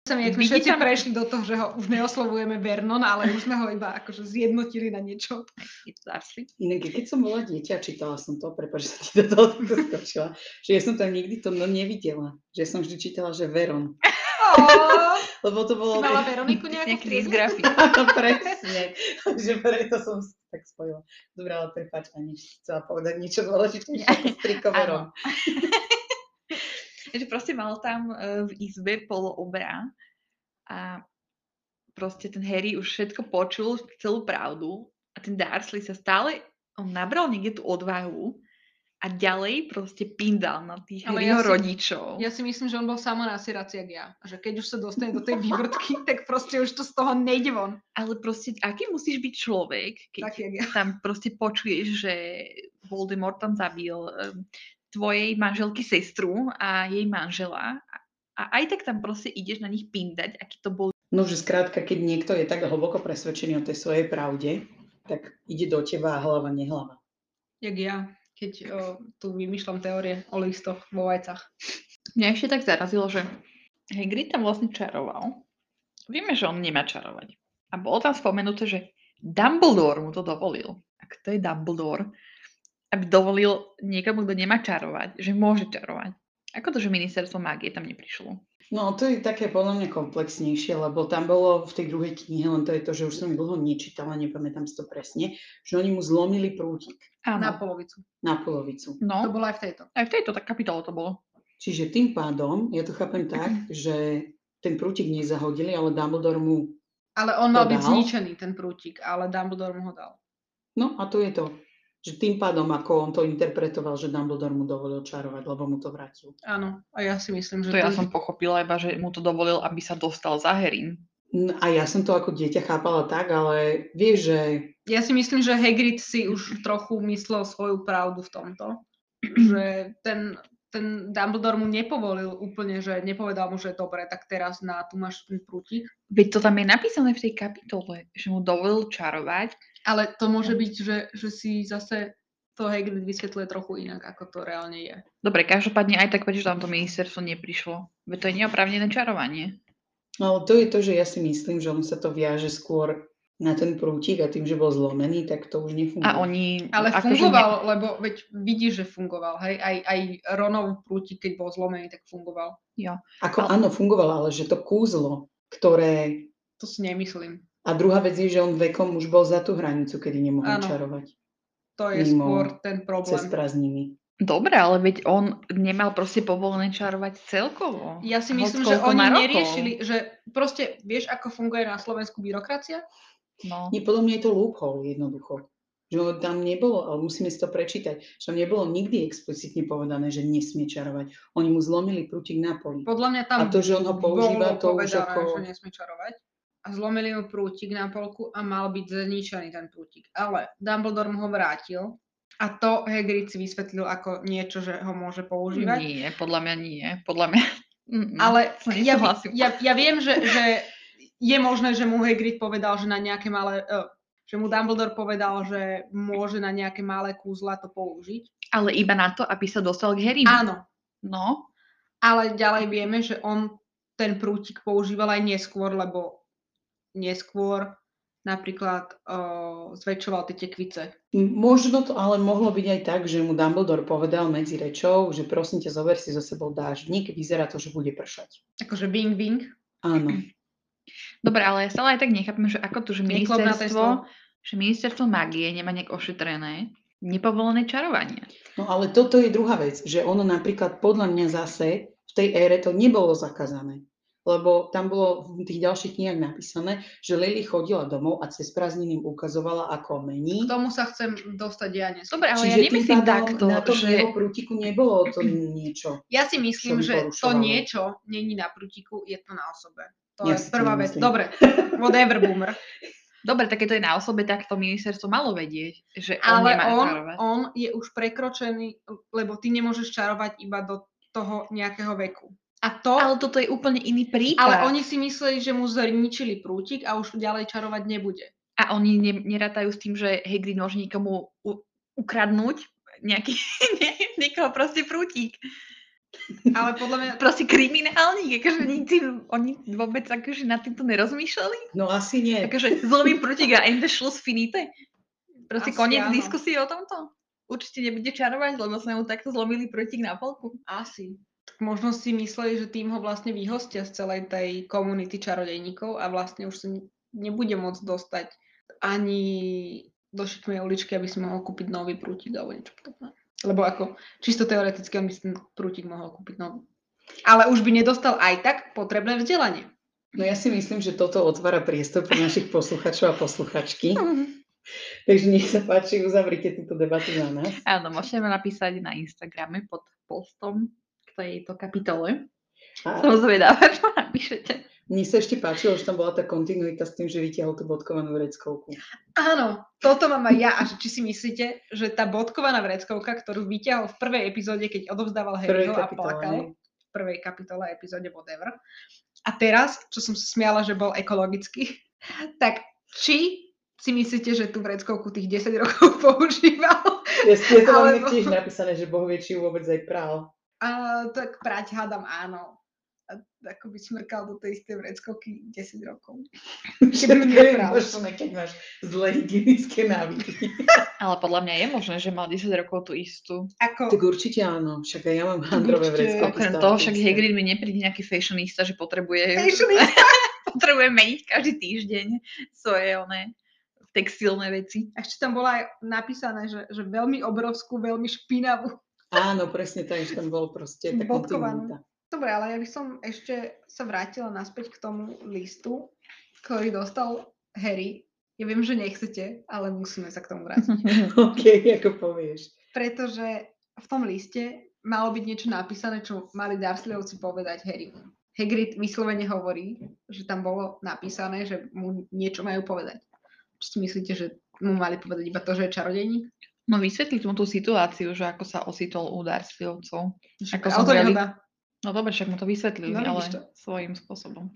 S1: Sa mi, jak sme
S3: Vidí
S1: všetci
S3: tam-
S1: prešli do toho, že ho už neoslovujeme Vernon, ale už sme ho iba akože zjednotili na niečo.
S3: Je to Dursley?
S2: Inak, keď som bola dieťa, čítala som to, prepáč, že sa ti do toho takto skočila, že ja som tam nikdy to no nevidela, že som vždy čítala, že Veron.
S1: Oh,
S2: Lebo to bolo...
S1: mala Veroniku nejakú
S3: Nejaký
S1: v triede?
S3: dysgrafik.
S2: Áno, presne. Takže preto som si to tak spojila. Dobre, ale prepáč, ani chcela povedať niečo dôležitejšie ako striko Veron.
S3: Takže proste mal tam eh, v izbe poloobra a proste ten Harry už všetko počul, celú pravdu a ten Dursley sa stále, on nabral niekde tú odvahu a ďalej proste pindal na tých
S1: Ale
S3: Harryho
S1: ja si-
S3: rodičov.
S1: Ja si myslím, že on bol samonasirací, jak ja. Že keď už sa dostane do tej vývrtky, tak proste už to z toho nejde von.
S3: Ale proste, aký musíš byť človek, keď
S1: Tak, jak ja.
S3: tam proste počuješ, že Voldemort tam zabil em, tvojej manželky sestru a jej manžela a, a aj tak tam proste ideš na nich pindať, aký to bol
S2: No, že skrátka, keď niekto je tak hlboko presvedčený o tej svojej pravde, tak ide do teba a hlava nehlava.
S1: Jak ja, keď o, tu vymýšľam teórie o listoch vo vajcach.
S3: Mňa ešte tak zarazilo, že Hagrid tam vlastne čaroval. Vieme, že on nemá čarovať. A bolo tam spomenuté, že Dumbledore mu to dovolil. A kto je Dumbledore? Aby dovolil niekomu, kto nemá čarovať, že môže čarovať. Ako to, že ministerstvo mágie tam neprišlo?
S2: No, to je také podľa mňa komplexnejšie, lebo tam bolo v tej druhej knihe, len to je to, že už som ju dlho nečítala, nepamätám si to presne, že oni mu zlomili prútik
S1: Na
S3: Áno.
S1: polovicu.
S2: na polovicu.
S1: To
S3: No,
S1: bolo aj v tejto.
S3: aj v tejto tak kapitole to bolo.
S2: Čiže tým pádom, ja to chápem tak, že ten prútik nezahodili, ale Dumbledore mu...
S1: Ale on mal byť
S2: To dal?
S1: zničený, ten prútik, ale Dumbledore mu ho dal.
S2: No a to je to. Že tým pádom, ako on to interpretoval, že Dumbledore mu dovolil čarovať, lebo mu to vrátil.
S1: Áno, a ja si myslím, že...
S3: To ja
S1: je-
S3: som pochopila iba, že mu to dovolil, aby sa dostal za Herin.
S2: N- A ja som to ako dieťa chápala tak, ale vieš, že
S1: ja si myslím, že Hagrid si už trochu myslel svoju pravdu v tomto. že ten, ten Dumbledore mu nepovolil úplne, že nepovedal mu, že dobre, tak teraz na tu máš ten prútik.
S3: Veď to tam je napísané v tej kapitole, že mu dovolil čarovať.
S1: Ale to môže byť, že, že si zase to Hagrid vysvetľuje trochu inak, ako to reálne je.
S3: Dobre, každopádne aj tak, prečo tam to ministerstvo neprišlo. Veď to je neoprávnené čarovanie.
S2: ale No, to je to, že ja si myslím, že on sa to viaže skôr na ten prútik a tým, že bol zlomený, tak to už nefunguje.
S3: A oni...
S1: No. Ale
S3: akože
S1: fungoval, lebo veď vidíš, že fungoval, hej? Aj, aj Ronov prútik, keď bol zlomený, tak fungoval.
S2: Ako
S3: Ale-
S2: áno, fungovalo, ale že to kúzlo, ktoré...
S1: To si nemyslím.
S2: A druhá vec je, že on vekom už bol za tú hranicu, kedy nemohol
S1: Áno.
S2: čarovať
S1: To je
S2: mimo
S1: skôr ten
S2: cez
S1: problém.
S2: prázdniny.
S3: Ne... Dobre, ale veď on nemal proste povolené čarovať celkovo.
S1: Ja si
S3: Hoď
S1: myslím, že
S3: koľko
S1: oni
S3: má rokov.
S1: neriešili, že proste vieš, ako funguje na Slovensku byrokracia?
S3: No.
S2: Nie, podľa mňa je to loophole jednoducho. Že on tam nebolo, ale musíme si to prečítať, že tam nebolo nikdy explicitne povedané, že nesmie čarovať. Oni mu zlomili prútik na poli.
S1: Podľa mňa tam
S2: A to, že on ho používa,
S1: bolo
S2: to už
S1: povedané,
S2: ako...
S1: že nesmie čarovať. A zlomili mu prútik na polku a mal byť zničený ten prútik. Ale Dumbledore mu ho vrátil A to Hagrid si vysvetlil ako niečo, že ho môže používať.
S3: Nie, podľa mňa nie. Podľa mňa... Mm-mm.
S1: Ale
S3: som
S1: ja,
S3: nesúhlasila.
S1: ja, ja viem, že, že je možné, že mu Hagrid povedal, že na nejaké malé... eh, Že mu Dumbledore povedal, že môže na nejaké malé kúzla to použiť.
S3: Ale iba na to, aby sa dostal k Harrymu.
S1: Áno,
S3: No,
S1: ale ďalej vieme, že on ten prútik používal aj neskôr, lebo neskôr napríklad uh, zväčšoval tie tekvice.
S2: Možno to ale mohlo byť aj tak, že mu Dumbledore povedal medzi rečou, že prosím ťa, zober si so sebou dážnik, vyzerá to, že bude pršať.
S1: Akože bing bing.
S2: Áno.
S3: dobre, ale ja stále aj tak nechápem, že ako to, že
S1: Neklopná
S3: ministerstvo, že ministerstvo magie nemá nejak ošetrené nepovolené čarovanie.
S2: No ale toto je druhá vec, že ono napríklad podľa mňa zase v tej ére to nebolo zakázané. Lebo tam bolo v tých ďalších knihách napísané, že Lily chodila domov a cez prázdniny im ukazovala, ako
S1: K
S2: mení.
S1: tomu sa chcem dostať ja neskôr.
S3: Dobre, No ale ja nemyslím takto,
S2: na tom
S3: že...
S2: jeho prútiku nebolo to niečo.
S1: Ja si
S2: Čo
S1: myslím,
S2: by
S1: že to
S2: porušovalo.
S1: niečo není na prutiku, je to na osobe. To je
S2: Ja si to
S1: prvá vec.
S2: nemyslím.
S1: Dobre, whatever, boomer.
S3: Dobre, tak keď to je na osobe, tak to ministerstvo malo vedieť, že on
S1: Ale
S3: nemá
S1: on,
S3: čarovať.
S1: on je už prekročený, lebo ty nemôžeš čarovať iba do toho nejakého veku. A to, ale,
S3: Ale toto je úplne iný prípad.
S1: ale oni si mysleli, že mu zničili prútik a už ďalej čarovať nebude.
S3: A oni ne, nerátajú s tým, že Hagrid môže niekomu u, ukradnúť nejaký, nie, niekoho proste prútik.
S1: Ale podľa mňa
S3: Proste kriminálnik, akože nikdy, oni vôbec akože nad týmto nerozmýšľali.
S2: No asi nie.
S3: Akože zlomím prútik a ende šlo finite. Proste
S1: Asi
S3: koniec
S1: áno.
S3: diskusie o tomto. Určite nebude čarovať, lebo sme mu takto zlomili prútik na polku.
S1: asi. Tak možno si mysleli, že tým ho vlastne vyhostia z celej tej komunity čarodejníkov a vlastne už sa ne- nebude môcť dostať ani do šikmej uličky, aby si mohol kúpiť nový prútik alebo niečo podobné. Lebo ako čisto teoreticky on by si ten prútik mohol kúpiť nový. Ale už by nedostal aj tak potrebné vzdelanie.
S2: No ja si myslím, že toto otvára priestor pre našich posluchačov a posluchačky. Takže nech sa páči, uzavrite túto debatu za nás.
S3: Áno, môžete ma napísať na Instagrame pod postom k tejto kapitole.
S2: A
S3: Som zvedavá, čo napíšete.
S2: mne sa ešte páčilo, že tam bola tá kontinuita s tým, že vytiahol tú bodkovanú vreckovku.
S1: Áno, toto mám aj ja. A že či si myslíte, že tá bodkovaná vreckovka, ktorú vyťahol v prvej epizóde, keď odovzdával Harryho
S2: Prvej
S1: a plakal,
S2: kapitole.
S1: v prvej kapitole, epizóde, whatever. A teraz, čo som sa smiala, že bol ekologický, tak či si myslíte, že tú vreckovku tých 10 rokov používal?
S2: Ja si ja to mám
S1: Alebo-
S2: tiež napísané, že Boh vie, či ju vôbec aj prál.
S1: A, tak prať hádam áno. A, ako by smrkal do tej istej vreckovky 10 rokov. Keby ju
S2: Všetko je
S1: nepral.
S2: možné, keď máš zlé hygienické návyky.
S3: Ale podľa mňa je možné, že mal 10 rokov tú istú.
S1: Ako,
S2: Tak určite áno, však aj ja mám handrové
S1: Určite,
S2: vreckovky.
S3: Okrem
S2: stále
S3: toho
S2: pri
S3: však
S2: sebe.
S3: Hagrid mi nepríde nejaký fashionista, že potrebuje,
S1: Fashionista.
S3: potrebuje meniť každý týždeň svoje one textilné veci.
S1: ešte tam bola aj napísané, že, že veľmi obrovskú, veľmi špinavú
S2: Áno, presne tak, že tam bolo proste tá
S1: Bodkovanú.
S2: kontinuita.
S1: Dobre, ale ja by som ešte sa vrátila naspäť k tomu listu, ktorý dostal Harry. Ja viem, že nechcete, ale musíme sa k tomu vrátiť.
S2: OK, ako povieš.
S1: Pretože v tom liste malo byť niečo napísané, čo mali Dursleyovci povedať Harry. Hagrid vyslovene hovorí, že tam bolo napísané, že mu niečo majú povedať. Čo si myslíte, že mu mali povedať iba to, že je čarodejník?
S3: No vysvetliť mu tú situáciu, že ako sa ositol u Darslivcov.
S1: Že
S3: Ako som
S1: autonehoda.
S3: No dobre, však mu to vysvetlili,
S1: No
S3: ale
S1: vidíš to.
S3: svojím spôsobom.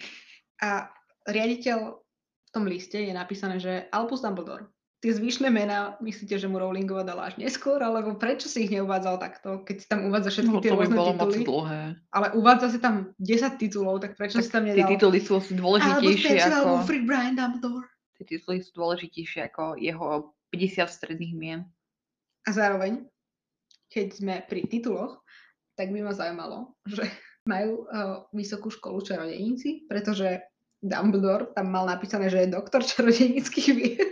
S1: A riaditeľ v tom liste je napísané, že Albus Dumbledore. Tie zvyšné mená, myslíte, že mu Rowlingova dala až neskôr, alebo prečo si ich neuvádzal takto, keď si tam uvádza všetky
S3: No,
S1: tie
S3: to by
S1: rôzne
S3: bolo moc
S1: tituly,
S3: dlhé.
S1: ale uvádza si tam 10 titulov, tak prečo
S3: Tak
S1: si tam
S3: Tie
S1: nedal?
S3: tituly sú asi
S1: Albus
S3: dôležitejšie
S1: Spencer
S3: ako...
S1: alebo Alfred Brian Dumbledore.
S3: Tie tituly sú dôležitejšie ako jeho 50 stredných mien.
S1: A zároveň, keď sme pri tituloch, tak by ma zaujímalo, že majú uh, vysokú školu čarodejníci, pretože Dumbledore tam mal napísané, že je doktor čarodejníckých vied.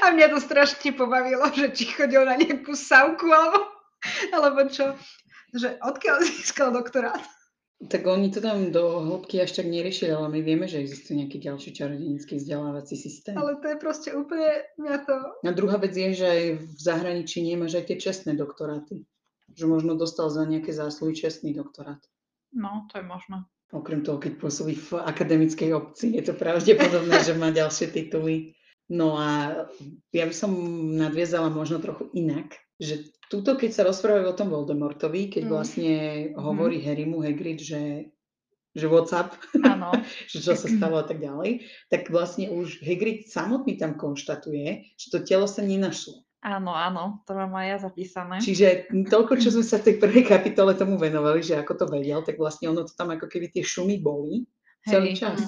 S1: A mňa to strašne pobavilo, že či chodil na nejakú savku alebo, alebo čo. Že odkiaľ získal doktorát.
S2: Tak oni to tam do hĺbky až tak neriešili, ale my vieme, že existuje nejaký ďalší čarodejnícky vzdelávací systém.
S1: Ale to je proste úplne, mňa to...
S2: A druhá vec je, že aj v zahraničí nemáš aj tie čestné doktoráty. Že možno dostal za nejaké zásluhy čestný doktorát.
S3: No, to je možné.
S2: Okrem toho, keď pôsobí v akademickej obci, je to pravdepodobné, že má ďalšie tituly. No a ja by som nadviezala možno trochu inak, že túto, keď sa rozprávajú o tom Voldemortovi, keď
S1: Mm.
S2: vlastne hovorí Harrymu Hagrid, že, že WhatsApp,
S3: Áno.
S2: že čo sa stalo a tak ďalej, tak vlastne už Hagrid samotný tam konštatuje, že to telo sa nenašlo.
S3: Áno, áno, to mám aj ja zapísané.
S2: Čiže toľko, čo sme sa v tej prvej kapitole tomu venovali, že ako to vedel, tak vlastne ono to tam ako keby tie šumy boli celý
S3: Hej. Mhm.
S2: čas,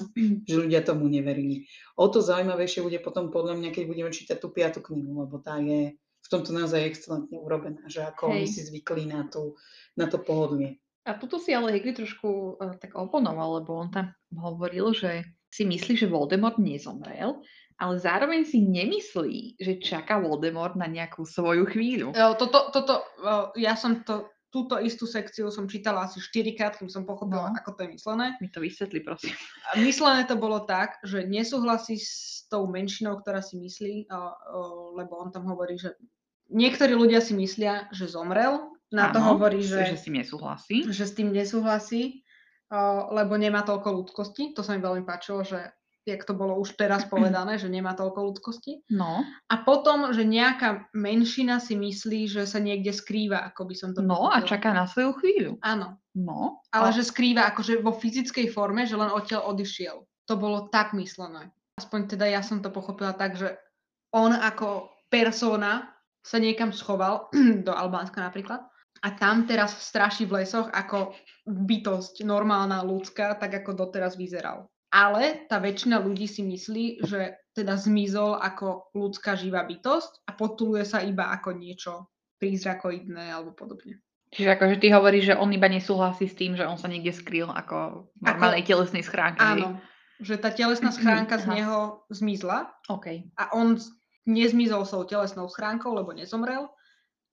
S2: že ľudia tomu neverili. O to zaujímavejšie bude potom podľa mňa, keď budeme čítať tú piatu knihu, lebo tá je v tomto naozaj excelentne urobená, že ako oni
S3: Hej.
S2: si zvykli na, tú, na to pohodlie.
S3: A tuto si ale Hagrid trošku uh, tak oponoval, lebo on tam hovoril, že si myslí, že Voldemort nezomrel, ale zároveň si nemyslí, že čaká Voldemort na nejakú svoju chvíľu.
S1: Jo, Eh, Toto, toto, o, ja som to, túto istú sekciu som čítala asi 4 krát, kým som pochopila,
S3: No.
S1: ako to je myslené.
S3: Mi to vysvetli, prosím.
S1: A myslené to bolo tak, že nesúhlasí s tou menšinou, ktorá si myslí, a, o, lebo on tam hovorí, že niektorí ľudia si myslia, že zomrel, na to
S3: Áno,
S1: hovorí,
S3: Že
S1: že,
S3: si nesúhlasí.
S1: že s tým nesúhlasí, o, lebo nemá toľko ľudkosti. To sa mi veľmi páčilo, že jak to bolo už teraz povedané, že nemá toľko ľudkosti.
S3: No,
S1: A potom, že nejaká menšina si myslí, že sa niekde skrýva, ako by som to
S3: no a
S1: pochopila.
S3: čaká na svoju chvíľu.
S1: Áno,
S3: No, a-
S1: ale že skrýva akože vo fyzickej forme, že len odtiaľ odišiel. To bolo tak myslené. Aspoň teda ja som to pochopila tak, že on ako persona sa niekam schoval, do Albánska napríklad, a tam teraz straší v lesoch ako bytosť normálna ľudská, tak ako doteraz vyzeral. Ale tá väčšina ľudí si myslí, že teda zmizol ako ľudská živá bytosť a potuluje sa iba ako niečo prízrakoidné alebo podobne.
S3: Čiže akože ty hovoríš, že on iba nesúhlasí s tým, že on sa niekde skrýl ako v normálnej telesnej schránke. hej? Mhm,
S1: Áno, že tá telesná schránka z
S3: Aha.
S1: neho zmizla
S3: OK.
S1: a on z- nezmizol svojou telesnou schránkou, lebo nezomrel,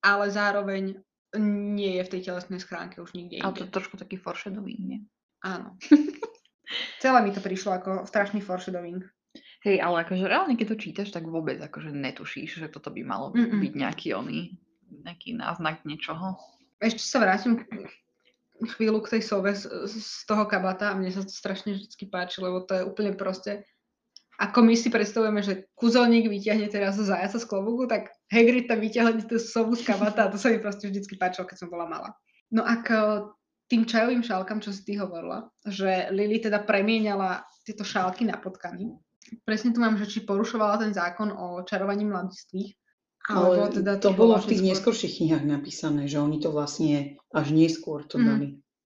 S1: ale zároveň nie je v tej telesnej schránke už nikde
S3: Ale to
S1: inde.
S3: je trošku taký foreshadowing, nie?
S1: Áno. Celé mi to prišlo ako strašný foreshadowing.
S3: Hej, ale akože reálne, keď to čítaš, tak vôbec akože netušíš, že toto by malo
S1: Mm-mm.
S3: byť nejaký oný, nejaký náznak niečoho.
S1: Ešte sa vrátim k- chvíľu k tej sove z, z toho kabata a mne sa to strašne vždy páči, lebo to je úplne proste. Ako my si predstavujeme, že kúzelník vyťahne teraz zajaca z klobúku, tak Hagrid tam vyťahne tú sovu z kabata a to sa mi proste vždycky páčilo, keď som bola malá. No a k tým čajovým šálkam, čo si ty hovorila, že Lily teda premieniala tieto šálky na potkany. Presne tu mám, že či porušovala ten zákon o čarovaní mladistvých. Alebo
S2: Ale
S1: teda
S2: to bolo v
S1: až
S2: tých
S1: neskôr.
S2: neskorších knihách napísané, že oni to vlastne až neskôr to
S1: Mhm.
S2: dali.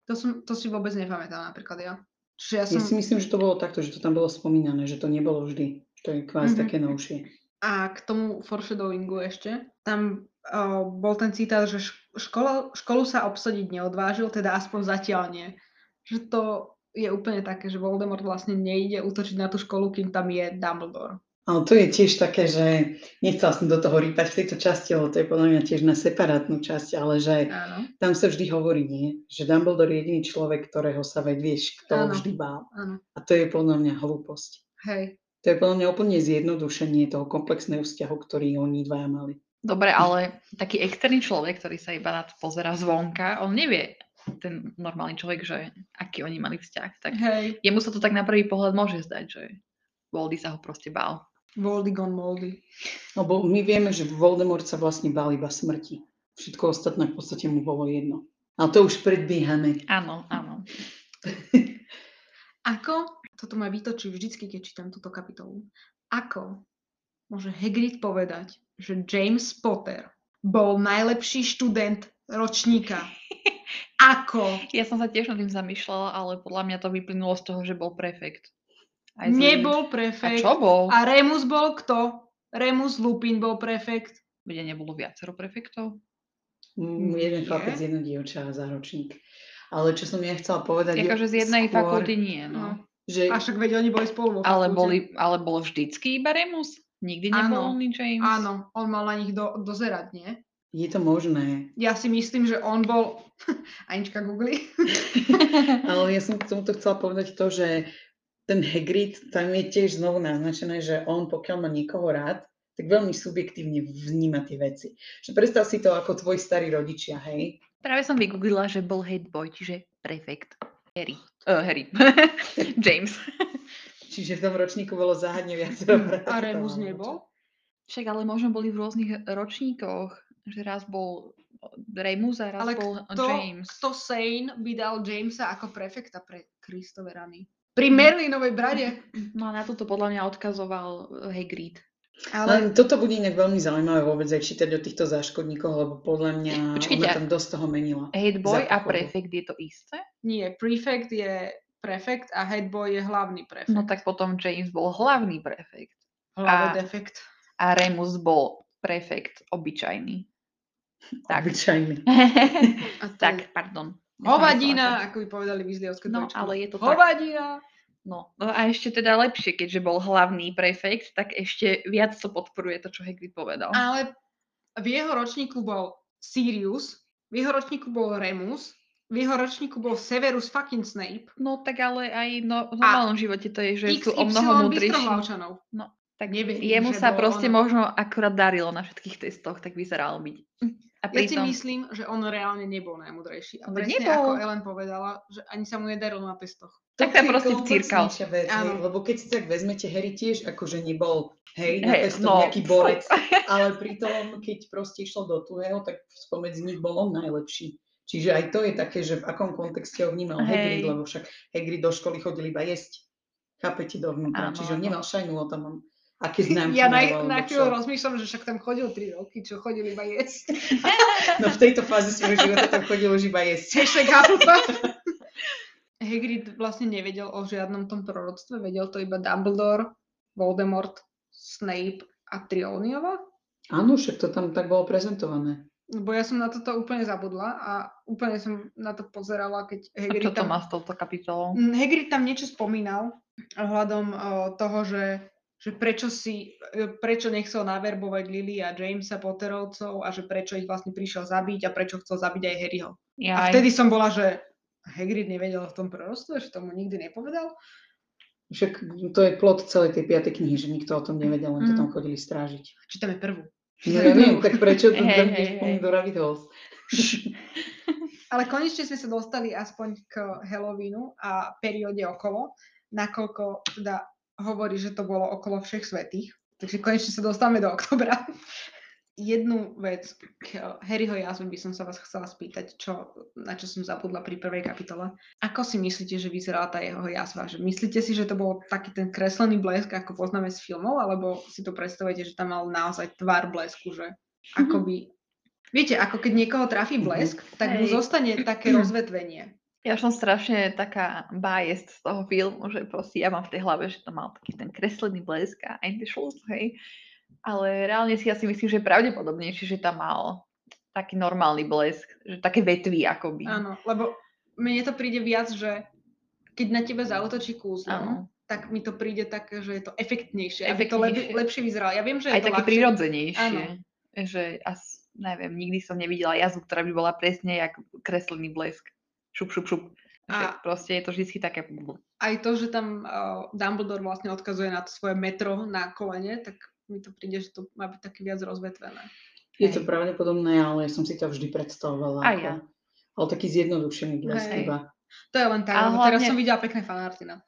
S1: To, som, to si vôbec nepamätám napríklad ja. Čiže ja som...
S2: Ja si myslím, že to bolo takto, že to tam bolo spomínané, že to nebolo vždy. Že To je kvázi
S1: Mhm.
S2: také novšie.
S1: A k tomu foreshadowingu ešte, tam uh, bol ten citát, že šk- škola, školu sa obsadiť neodvážil, teda aspoň zatiaľ nie. Že to je úplne také, že Voldemort vlastne nejde útočiť na tú školu, kým tam je Dumbledore.
S2: Ale to je tiež také, že nechcela som do toho rýpať v tejto časti, lebo to je podľa mňa tiež na separátnu časť, ale že
S1: Áno,
S2: tam sa vždy hovorí nie, že Dumbledore je jediný človek, ktorého sa vedvieš, kto
S1: Áno.
S2: vždy bál.
S1: áno,
S2: A to je podľa mňa hlúposť.
S1: hej.
S2: To je podľa mňa úplne zjednodušenie toho komplexného vzťahu, ktorý oni dvaja mali.
S3: Dobre, ale taký externý človek, ktorý sa iba na to pozera zvonka, on nevie, ten normálny človek, že aký oni mali vzťah. Tak
S1: Hej,
S3: jemu sa to tak na prvý pohľad môže zdať, že Voldy sa ho proste bál.
S1: Voldy gone moldy.
S2: Lebo my vieme, že Voldemort sa vlastne bál iba smrti. Všetko ostatné v podstate mu bolo jedno. Ale to už predbiehame.
S3: Áno, áno.
S1: Ako, toto ma vytočí vždycky, keď čítam túto kapitolu, ako môže Hagrid povedať, že James Potter bol najlepší študent ročníka? Ako?
S3: Ja som sa tiež nad tým zamýšľala, ale podľa mňa to vyplynulo z toho, že bol prefekt. z- A
S1: Nebol prefekt.
S3: čo bol?
S1: A Remus bol kto? Remus Lupin bol prefekt.
S3: Bude nebolo viacero prefektov?
S2: Mm, Jeden
S1: Nie.
S2: chlapec, jedno dievča a záročník. Ale čo som ja chcela povedať... je
S3: Akože z jednej
S2: skôr,
S3: fakulty nie, no.
S1: Teda No.
S2: Že
S1: A však veď oni boli spolu vo
S3: Ale,
S1: fakulte.
S3: boli, ale bol vždycky iba Remus? Nikdy
S1: Áno,
S3: nebol oný James?
S1: Áno, on mal na nich do, dozerať, nie?
S2: je to možné.
S1: Ja si myslím, že on bol... Anička googli.
S2: Ale ja som k tomuto chcela povedať to, že ten Hagrid, tam je tiež znovu naznačené, že on pokiaľ má niekoho rád, tak veľmi subjektívne vníma tie veci. Že predstav si to ako tvoji starí rodičia, hej?
S3: Práve som vygooglila, že bol headboy, čiže prefekt. Harry. Uh, Harry. James.
S2: Čiže v tom ročníku bolo záhadne viacero
S1: Hm, A Remus nebol?
S3: Však ale možno boli v rôznych ročníkoch, že raz bol Remus a raz
S1: Ale
S3: bol
S1: Kto,
S3: James.
S1: kto Sane by dal Jamesa ako prefekta pre Kristove rany? Pri
S3: Mhm.
S1: Merlinovej brade.
S3: No a na toto podľa mňa odkazoval eh, Hagrid.
S1: Ale
S2: Ale toto bude inak veľmi zaujímavé vôbec aj čítať o týchto záškodníkoch, lebo podľa mňa
S3: Počkajte,
S2: ona
S3: a-
S2: tam dosť toho menila.
S3: Hateboy a
S2: pochodu.
S3: prefekt je to isté?
S1: nie, prefekt je prefekt a headboy je hlavný prefekt.
S3: No tak potom James bol hlavný prefekt
S1: Hlava
S3: a-
S1: defekt.
S3: a Remus bol prefekt obyčajný. Tak.
S2: Obyčajný.
S1: A to je
S3: tak, pardon. Ja som myslela, že-
S1: Hovadina, ako by povedali výzliovské
S3: No, ale je to tak.
S1: Hovadina!
S3: No, no a ešte teda lepšie, keďže bol hlavný prefekt, tak ešte viac to podporuje to, čo Hagrid povedal.
S1: Ale v jeho ročníku bol Sirius, v jeho ročníku bol Remus, v jeho ročníku bol Severus fucking Snape.
S3: No tak ale aj no, v normálnom živote to je, že sú o mnoho
S1: XY
S3: múdrejší.
S1: Bystrohlavčanov.
S3: Tak
S1: Neverím,
S3: jemu
S1: že
S3: sa
S1: bol
S3: proste
S1: on-
S3: možno akurát darilo na všetkých testoch, tak vyzeral byť. A
S1: Hm. Ja si
S3: pritom,
S1: myslím, že on reálne nebol najmudrejší. A
S3: Ale
S1: presne
S3: nebol.
S1: ako Ellen povedala, že ani sa mu nedarilo na testoch.
S3: tak
S2: Toto
S3: tam
S2: je
S3: proste vcírkal.
S2: komplexnejšia vec, hej,
S1: Áno.
S2: Lebo keď si tak vezmete, Harry tiež akože nebol hej, na
S3: Hej,
S2: testoch
S3: no,
S2: nejaký
S3: fú.
S2: borec, ale pritom, keď proste išlo do tuhého, tak spomedzi nich bol on najlepší. Čiže aj to je také, že v akom kontexte ho
S3: Hej.
S2: vnímal Hagrid, lebo však Hagrid do školy chodil iba jesť. Chápete dovnútra,
S3: Áno,
S2: čiže on
S3: áno.
S2: nemal šajnu o tom, aké známky
S1: ja na,
S2: mal, alebo
S1: na
S2: čo.
S1: chvíľu rozmýšľam, že však tam chodil 3 roky, čo chodil iba jesť.
S2: No v tejto fáze svojho života tam chodil už iba jesť.
S1: Hashtag Hufflepuff. Hagrid vlastne nevedel o žiadnom tom proroctve, vedel to iba Dumbledore, Voldemort, Snape a Triomiova.
S2: Áno, však to tam tak bolo prezentované.
S1: Lebo ja som na toto úplne zabudla a úplne som na to pozerala, keď
S3: A
S1: Hagrid
S3: čo to
S1: tam
S3: má s touto kapitolou?
S1: Mm, Hagrid tam niečo spomínal ohľadom o, toho, že, že prečo, si, e, prečo nechcel naverbovať Lily a Jamesa Potterovcov a že prečo ich vlastne prišiel zabiť a prečo chcel zabiť aj Harryho. A
S3: Jaj.
S1: vtedy som bola, že Hagrid nevedel v tom proroctve, že tomu nikdy nepovedal.
S2: Však to je plot celej tej piatej knihy, že nikto o tom nevedel, len to
S3: Mm.
S2: tam chodili strážiť.
S1: Čítame prvú.
S2: No ja viem, tak prečo to
S3: Hej,
S2: tam
S3: hej,
S2: tiež
S3: hej.
S2: do Rabbit Holes?
S1: Ale konečne sme sa dostali aspoň k Halloweenu a perióde okolo, nakoľko teda hovorí, že to bolo okolo všech svetých. Takže konečne sa dostávame do oktobra. Jednu vec k Harryho jazve by som sa vás chcela spýtať, čo, na čo som zabudla pri prvej kapitole. Ako si myslíte, že vyzerala tá jeho jazva? Že myslíte si, že to bol taký ten kreslený blesk, ako poznáme z filmov, alebo si to predstavujete, že tam mal naozaj tvar blesku, že ako by... Viete, ako keď niekoho trafí
S2: Mhm.
S1: blesk, tak mu
S3: Hej.
S1: zostane také rozvetvenie.
S3: Ja som strašne taká biased z toho filmu, že proste ja mám v tej hlave, že to mal taký ten kreslený blesk a Andy Schultz, hej. Ale reálne si ja si myslím, že je pravdepodobnejšie, že tam mal taký normálny blesk, že také vetvy akoby.
S1: Áno, lebo mne to príde viac, že keď na teba zautočí kúzlo,
S3: Áno.
S1: tak mi to príde tak, že je to efektnejšie, aby to lep-
S3: Efektnejšie.
S1: lepšie vyzeralo. Ja viem, že je
S3: Aj
S1: to
S3: také
S1: ľahšie.
S3: prirodzenejšie.
S1: Áno.
S3: Že as, neviem, nikdy som nevidela jazdu, ktorá by bola presne jak kreslený blesk. Šup, šup, šup. Že
S1: A-
S3: proste je to vždy také...
S1: Aj to, že tam uh, Dumbledore vlastne odkazuje na to svoje metro na kolene, tak mi to príde, že to má byť také viac rozvetvené.
S2: Je to
S3: Hej.
S2: pravdepodobné, ale som si to vždy predstavovala.
S3: Aj
S2: ako-
S3: ja.
S2: Ale taký zjednodušený blesk
S1: Hej.
S2: iba.
S1: To je len tak,
S3: A
S1: lebo teraz
S3: hlavne-
S1: som videla pekné fanarty. No.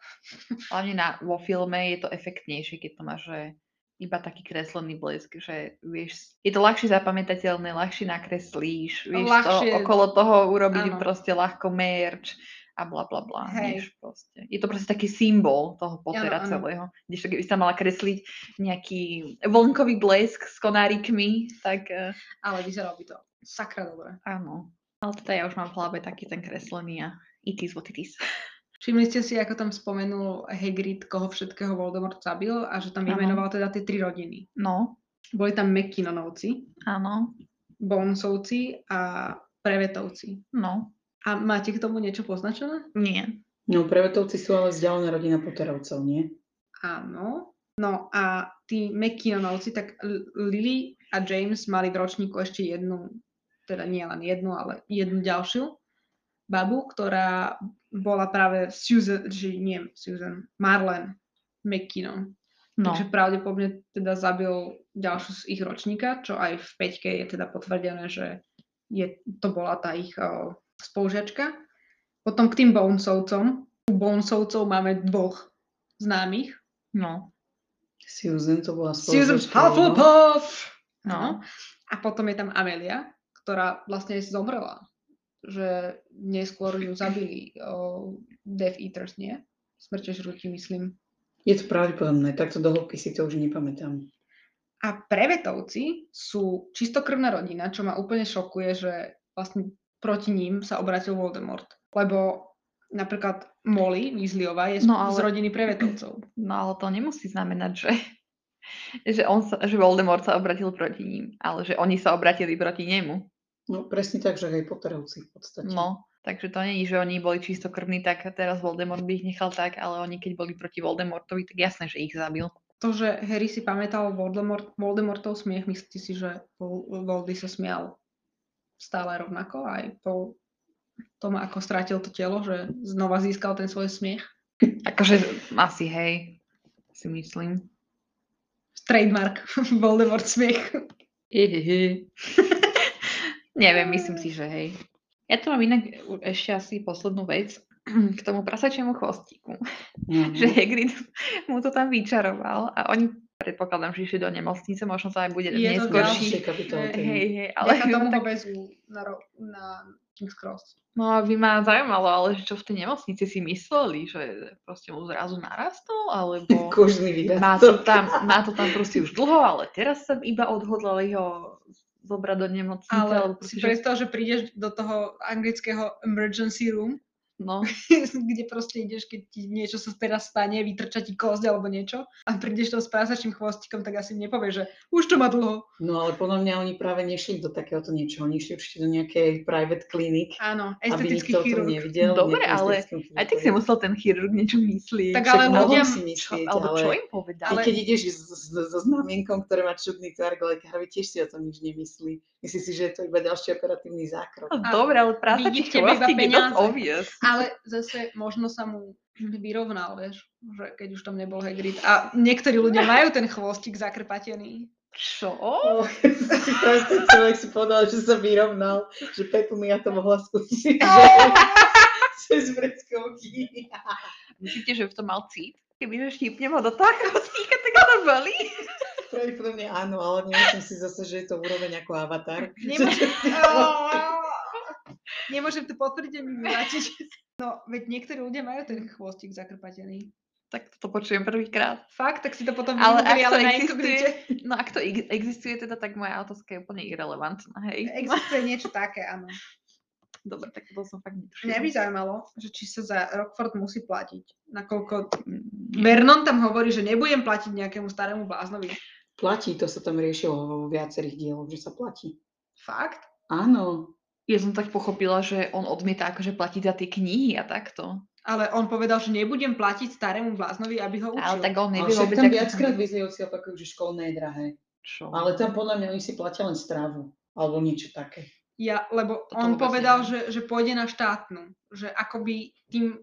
S3: Hlavne na, vo filme je to efektnejšie, keď to máš že iba taký kreslený blesk, že vieš, je to ľahšie zapamätateľné, ľahšie nakreslíš, vieš
S1: Ľahšie-
S3: to okolo toho urobiť
S1: áno.
S3: proste ľahko merch a bla bla bla,
S1: Hej.
S3: vieš proste. Je to proste taký symbol toho Pottera
S1: áno.
S3: celého. Kdežto keby si tam mala kresliť nejaký vonkový blesk s konárikmi, tak eh,
S1: Ale vyzeralo by to sakra dobre.
S3: áno. Ale teda ja už mám v hlave taký ten kreslený a it is what it is.
S1: Všimli ste si, ako tam spomenul Hagrid, koho všetkého Voldemort zabil a že tam
S3: Áno.
S1: vymenoval teda tie tri rodiny.
S3: No,
S1: Boli tam McKinnonovci,
S3: áno,
S1: Boncovci a Prevetovci.
S3: no,
S1: A máte k tomu niečo poznačené?
S3: nie.
S2: No, prevetovci sú ale vzdialená rodina Potterovcov, nie?
S1: Áno. No a tí McKinnonovci, tak L- Lily a James mali v ročníku ešte jednu, teda nie len jednu, ale jednu ďalšiu babu, ktorá bola práve Susan, že nie Susan, Marlen McKinnon.
S3: No.
S1: Takže pravdepodobne teda zabil ďalšiu z ich ročníka, čo aj v Peťke je teda potvrdené, že je, to bola tá ich o, spolužiačka. Potom k tým Bonesovcom. U Bonesovcov máme dvoch známych.
S3: No,
S2: Susan to bola
S1: Susan
S2: spolužiačka, áno.
S1: Hufflepuff!
S3: no.
S1: No. A potom je tam Amelia, ktorá vlastne zomrela. Že neskôr ju zabili o, Death Eaters, nie? Smrťožrúti, myslím.
S2: Je to pravdepodobné, takto do hĺbky si to už nepamätám.
S1: A prevetovci sú čistokrvná rodina, čo ma úplne šokuje, že vlastne proti ním sa obratil Voldemort. Lebo napríklad Molly Weasleyová je
S3: No,
S1: no, ale... z
S3: ale-
S1: rodiny prevetovcov.
S3: No ale to nemusí znamenať, že, že, on sa, že Voldemort sa obratil proti ním, ale že oni sa obratili proti nemu.
S2: No presne tak, že aj Potterovci v podstate.
S3: No, takže to nie je, že oni boli čistokrvní, tak teraz Voldemort by ich nechal tak, ale oni keď boli proti Voldemortovi, tak jasné, že ich zabil.
S1: To, že Harry si pamätal Voldemort, Voldemortov smiech, myslíte si, že Vol- Voldy sa smial stále rovnako aj po tom, ako strátil to telo, že znova získal ten svoj smiech?
S3: Akože asi hej, si myslím.
S1: Trademark, Voldemort smiech.
S3: Ihihi. Neviem, myslím si, že hej. Ja tu mám inak u- ešte asi poslednú vec k tomu prasačiemu chvostíku.
S2: Mhm.
S3: Že Hagrid mu to tam vyčaroval a oni predpokladám, že išli do nemocnice, možno to aj bude
S1: Je to
S2: V ďalšej
S3: neskôrší.
S1: ďalšie.
S2: kapitolke.
S3: Hej, hej, ale
S1: Ale tomu
S3: tak,
S1: tak... ho vezú na, ro- na King's Cross.
S3: no by ma zaujímalo, ale že čo v tej nemocnici si mysleli, že proste mu zrazu narastol, alebo...
S2: Kožný
S3: Má to,
S2: výrastok.
S3: tam, má to tam proste už dlho, ale teraz som iba odhodlali ho zobrať do nemocnice.
S1: Ale
S3: lebo proste, že-
S1: si predstav, že prídeš do toho anglického emergency room,
S3: no,
S1: kde proste ideš, keď ti niečo sa teraz stane, vytrča ti kosť alebo niečo a prídeš tam s prásačným chvostikom, tak asi nepovieš, že už to má dlho.
S2: No ale podľa mňa oni práve nešli do takéhoto niečoho. Oni išli určite do nejakej private clinic,
S1: Áno,
S2: aby
S1: estetický
S2: nikto o tom
S1: chirurg.
S2: nevidel.
S3: Dobre,
S2: nejakom
S3: ale
S2: estetickom
S3: aj tak si
S2: chirurgovi.
S3: musel ten chirurg niečo myslieť.
S1: Hm. Tak
S3: však
S1: ale
S3: na
S2: mohol
S1: ľudia-
S3: tom-
S2: si
S3: čo,
S2: myslieť,
S3: alebo
S2: ale...
S3: čo im povedal?
S2: Ale...
S1: Ale-
S2: Keď ideš s- s- so znamienkom, ktoré má čudný tvar k lekárovi, tiež si o tom nič nemyslí. Myslí si, že je to iba ďalší operatívny zákrok.
S3: No Dobre, ale práca
S1: vidí
S3: či
S1: v tebe iba
S3: chvostík je dosť
S1: peniaze.
S3: obvious.
S1: Ale zase možno sa mu vyrovnal, vieš, že keď už tam nebol Hagrid. A niektorí ľudia majú ten chvostík zakrpatený.
S3: Čo?
S2: Oh, proste človek si povedal, že sa vyrovnal, že Petunia to mohla skúsiť, že cez vreckovky.
S3: Myslíte, že v tom mal cít? Kebyže štípnem ho do toho chvostíka, tak to bolí.
S2: Pravdepodobne áno, ale nemyslím si zase, že je to úroveň ako avatar.
S1: Nemôžem,
S3: No,
S1: Nemôžem to potvrdiť ani vyvrátiť. No, veď niektorí ľudia majú ten chvostík zakrpatený.
S3: Tak to počujem prvýkrát.
S1: Fakt, tak si to potom
S3: Ale
S1: vygooglili,
S3: ak to
S1: na
S3: neexistuje,
S1: inkognite.
S3: no ak to ex- existuje, teda tak moja otázka je úplne irrelevantná, hej.
S1: Existuje niečo také, áno.
S3: Dobre, tak to som fakt netušila.
S1: Mňa by zaujímalo, že či sa za Rockford musí platiť. Nakoľko
S3: Mm,
S1: Vernon tam hovorí, že nebudem platiť nejakému starému bláznovi.
S2: Platí, to sa tam riešilo vo viacerých dieloch, že sa platí.
S1: Fakt?
S2: Áno,
S3: Ja som tak pochopila, že on odmieta akože platiť za tie knihy a takto.
S1: Ale on povedal, že nebudem platiť starému bláznovi, aby ho učil.
S3: Ale tak on
S2: ale
S3: nevie
S2: však
S3: vôbec,
S2: tam
S3: ako-
S2: viackrát vyzývci opakujú, že školné je drahé.
S3: Čo?
S2: Ale tam podľa mňa oni si platia len stravu, alebo niečo také.
S1: Ja, lebo
S3: Toto
S1: on
S3: vôbec
S1: povedal,
S3: neviem.
S1: že, že pôjde na štátnu. Že akoby tým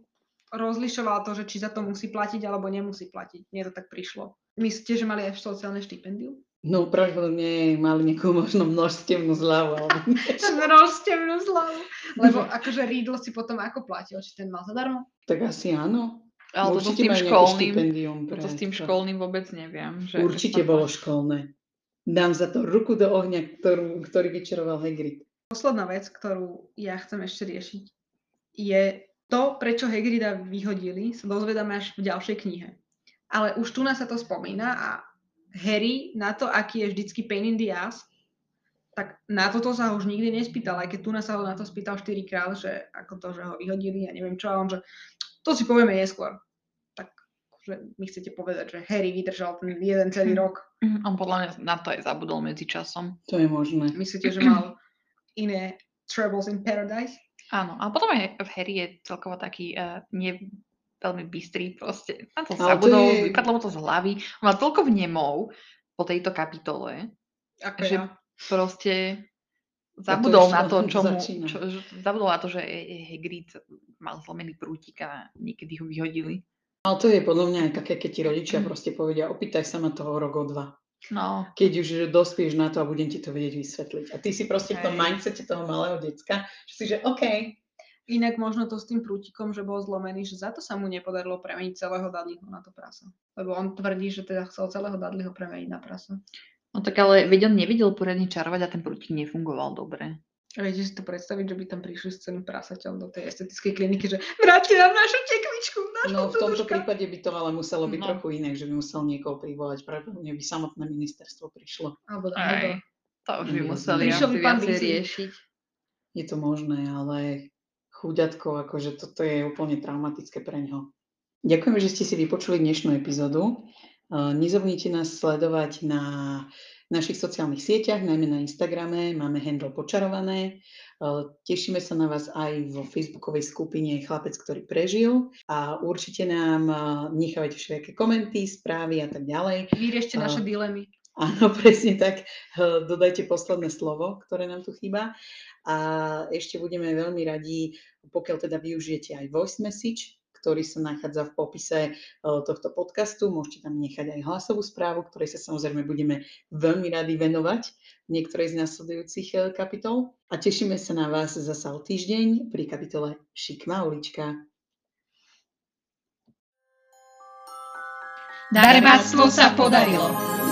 S1: rozlišoval to, že či za to musí platiť alebo nemusí platiť. Mne to tak prišlo. Myslíte, že mali aj sociálne štipendium?
S2: No pravdepodobne mali nejakú možno množstevnú zľavu, alebo niečo.
S1: Roztevnú slavu. Lebo akože Riddle si potom ako platil, či ten mal zadarmo?
S2: Tak asi áno.
S3: Ale to s
S2: Určite
S3: tým
S2: majú nejaké
S3: školným,
S2: štipendium
S3: toto s
S2: pre-
S3: tým
S2: pre-
S3: školným vôbec neviem. Že
S2: Určite bolo školné. Dám za to ruku do ohňa, ktorú, ktorý vyčaroval Hagrid.
S1: Posledná vec, ktorú ja chcem ešte riešiť, je to, prečo Hagrida vyhodili, sa dozvedáme až v ďalšej knihe. Ale už tu nás sa to spomína a Harry na to, aký je vždycky pain in the ass, tak na toto sa ho už nikdy nespýtal, aj keď tu nás sa ho na to spýtal štyrikrát, že ako to, že ho vyhodili a neviem čo, a on, že to si povieme neskôr. Tak že mi chcete povedať, že Harry vydržal ten jeden celý rok.
S3: Mm, On podľa mňa na to aj zabudol medzi časom.
S2: To je možné.
S1: Myslíte, že mal iné Troubles in Paradise?
S3: Áno, ale potom aj v Harry je celkovo taký uh, nie veľmi bystrý proste. Na to
S2: Ale to
S3: zabudol,
S2: je-
S3: vypadlo mu to z hlavy. On Má toľko vnemov po tejto kapitole,
S1: Ako
S3: Že
S1: ja.
S3: proste
S2: A to
S3: zabudol
S2: ešte
S3: na
S2: len
S3: to, čo mu,
S2: začína.
S3: čo, že- zabudol na to, že e- e- Hagrid mal zlomený prútik a niekedy ho vyhodili.
S2: Ale to je podľa mňa aj také, keď ti rodičia
S3: Mm.
S2: proste povedia, opýtaj sa ma toho rok o dva.
S3: No,
S2: Keď už dospieš na to a budem ti to vedieť vysvetliť. A ty si proste v tom
S3: Hej.
S2: mindsete toho malého decka, že si, že OK,
S1: Inak možno to s tým prútikom, že bol zlomený, že za to sa mu nepodarilo premeniť celého Dudleyho na to prasa. Lebo on tvrdí, že teda chcel celého Dudleyho premeniť na prasa.
S3: No tak ale veď on nevidel poriadne čarovať a ten prútik nefungoval dobre.
S1: A viete si to predstaviť, že by tam prišli s celým prasaťom do tej estetickej kliniky, že vráťte nám našu tekličku, našu
S2: No v tomto
S1: cuduška."
S2: prípade by to ale muselo byť
S3: No.
S2: trochu inak, že by musel niekoho privolať. Pravdepodobne by samotné ministerstvo prišlo.
S1: Alebo
S3: Aj.
S1: alebo-
S3: To už by
S2: Mhm.
S3: museli
S1: Prišiel
S3: asi
S1: by pán
S3: viacej
S1: Weasley.
S3: riešiť.
S2: Je to možné, ale chuďatko, akože toto je úplne traumatické pre neho. Ďakujem, že ste si vypočuli dnešnú epizódu. Eh, Nezabudnite nás sledovať na našich sociálnych sieťach, najmä na Instagrame, máme handle počarované. Eh, Tešíme sa na vás aj vo facebookovej skupine Chlapec, ktorý prežil a určite nám eh, nechávajte všetky komenty, správy a tak ďalej.
S1: Vyriešte naše
S2: Áno.
S1: dilemy.
S2: Áno, presne tak. Eh, Dodajte posledné slovo, ktoré nám tu chýba. A ešte budeme veľmi radi, pokiaľ teda využijete aj voice message, ktorý sa nachádza v popise eh, tohto podcastu. Môžete tam nechať aj hlasovú správu, ktorej sa samozrejme budeme veľmi radi venovať v niektorej z následujúcich eh, kapitol. A tešíme sa na vás zasa o týždeň pri kapitole Šikma ulička.
S1: Darebáctvo sa podarilo.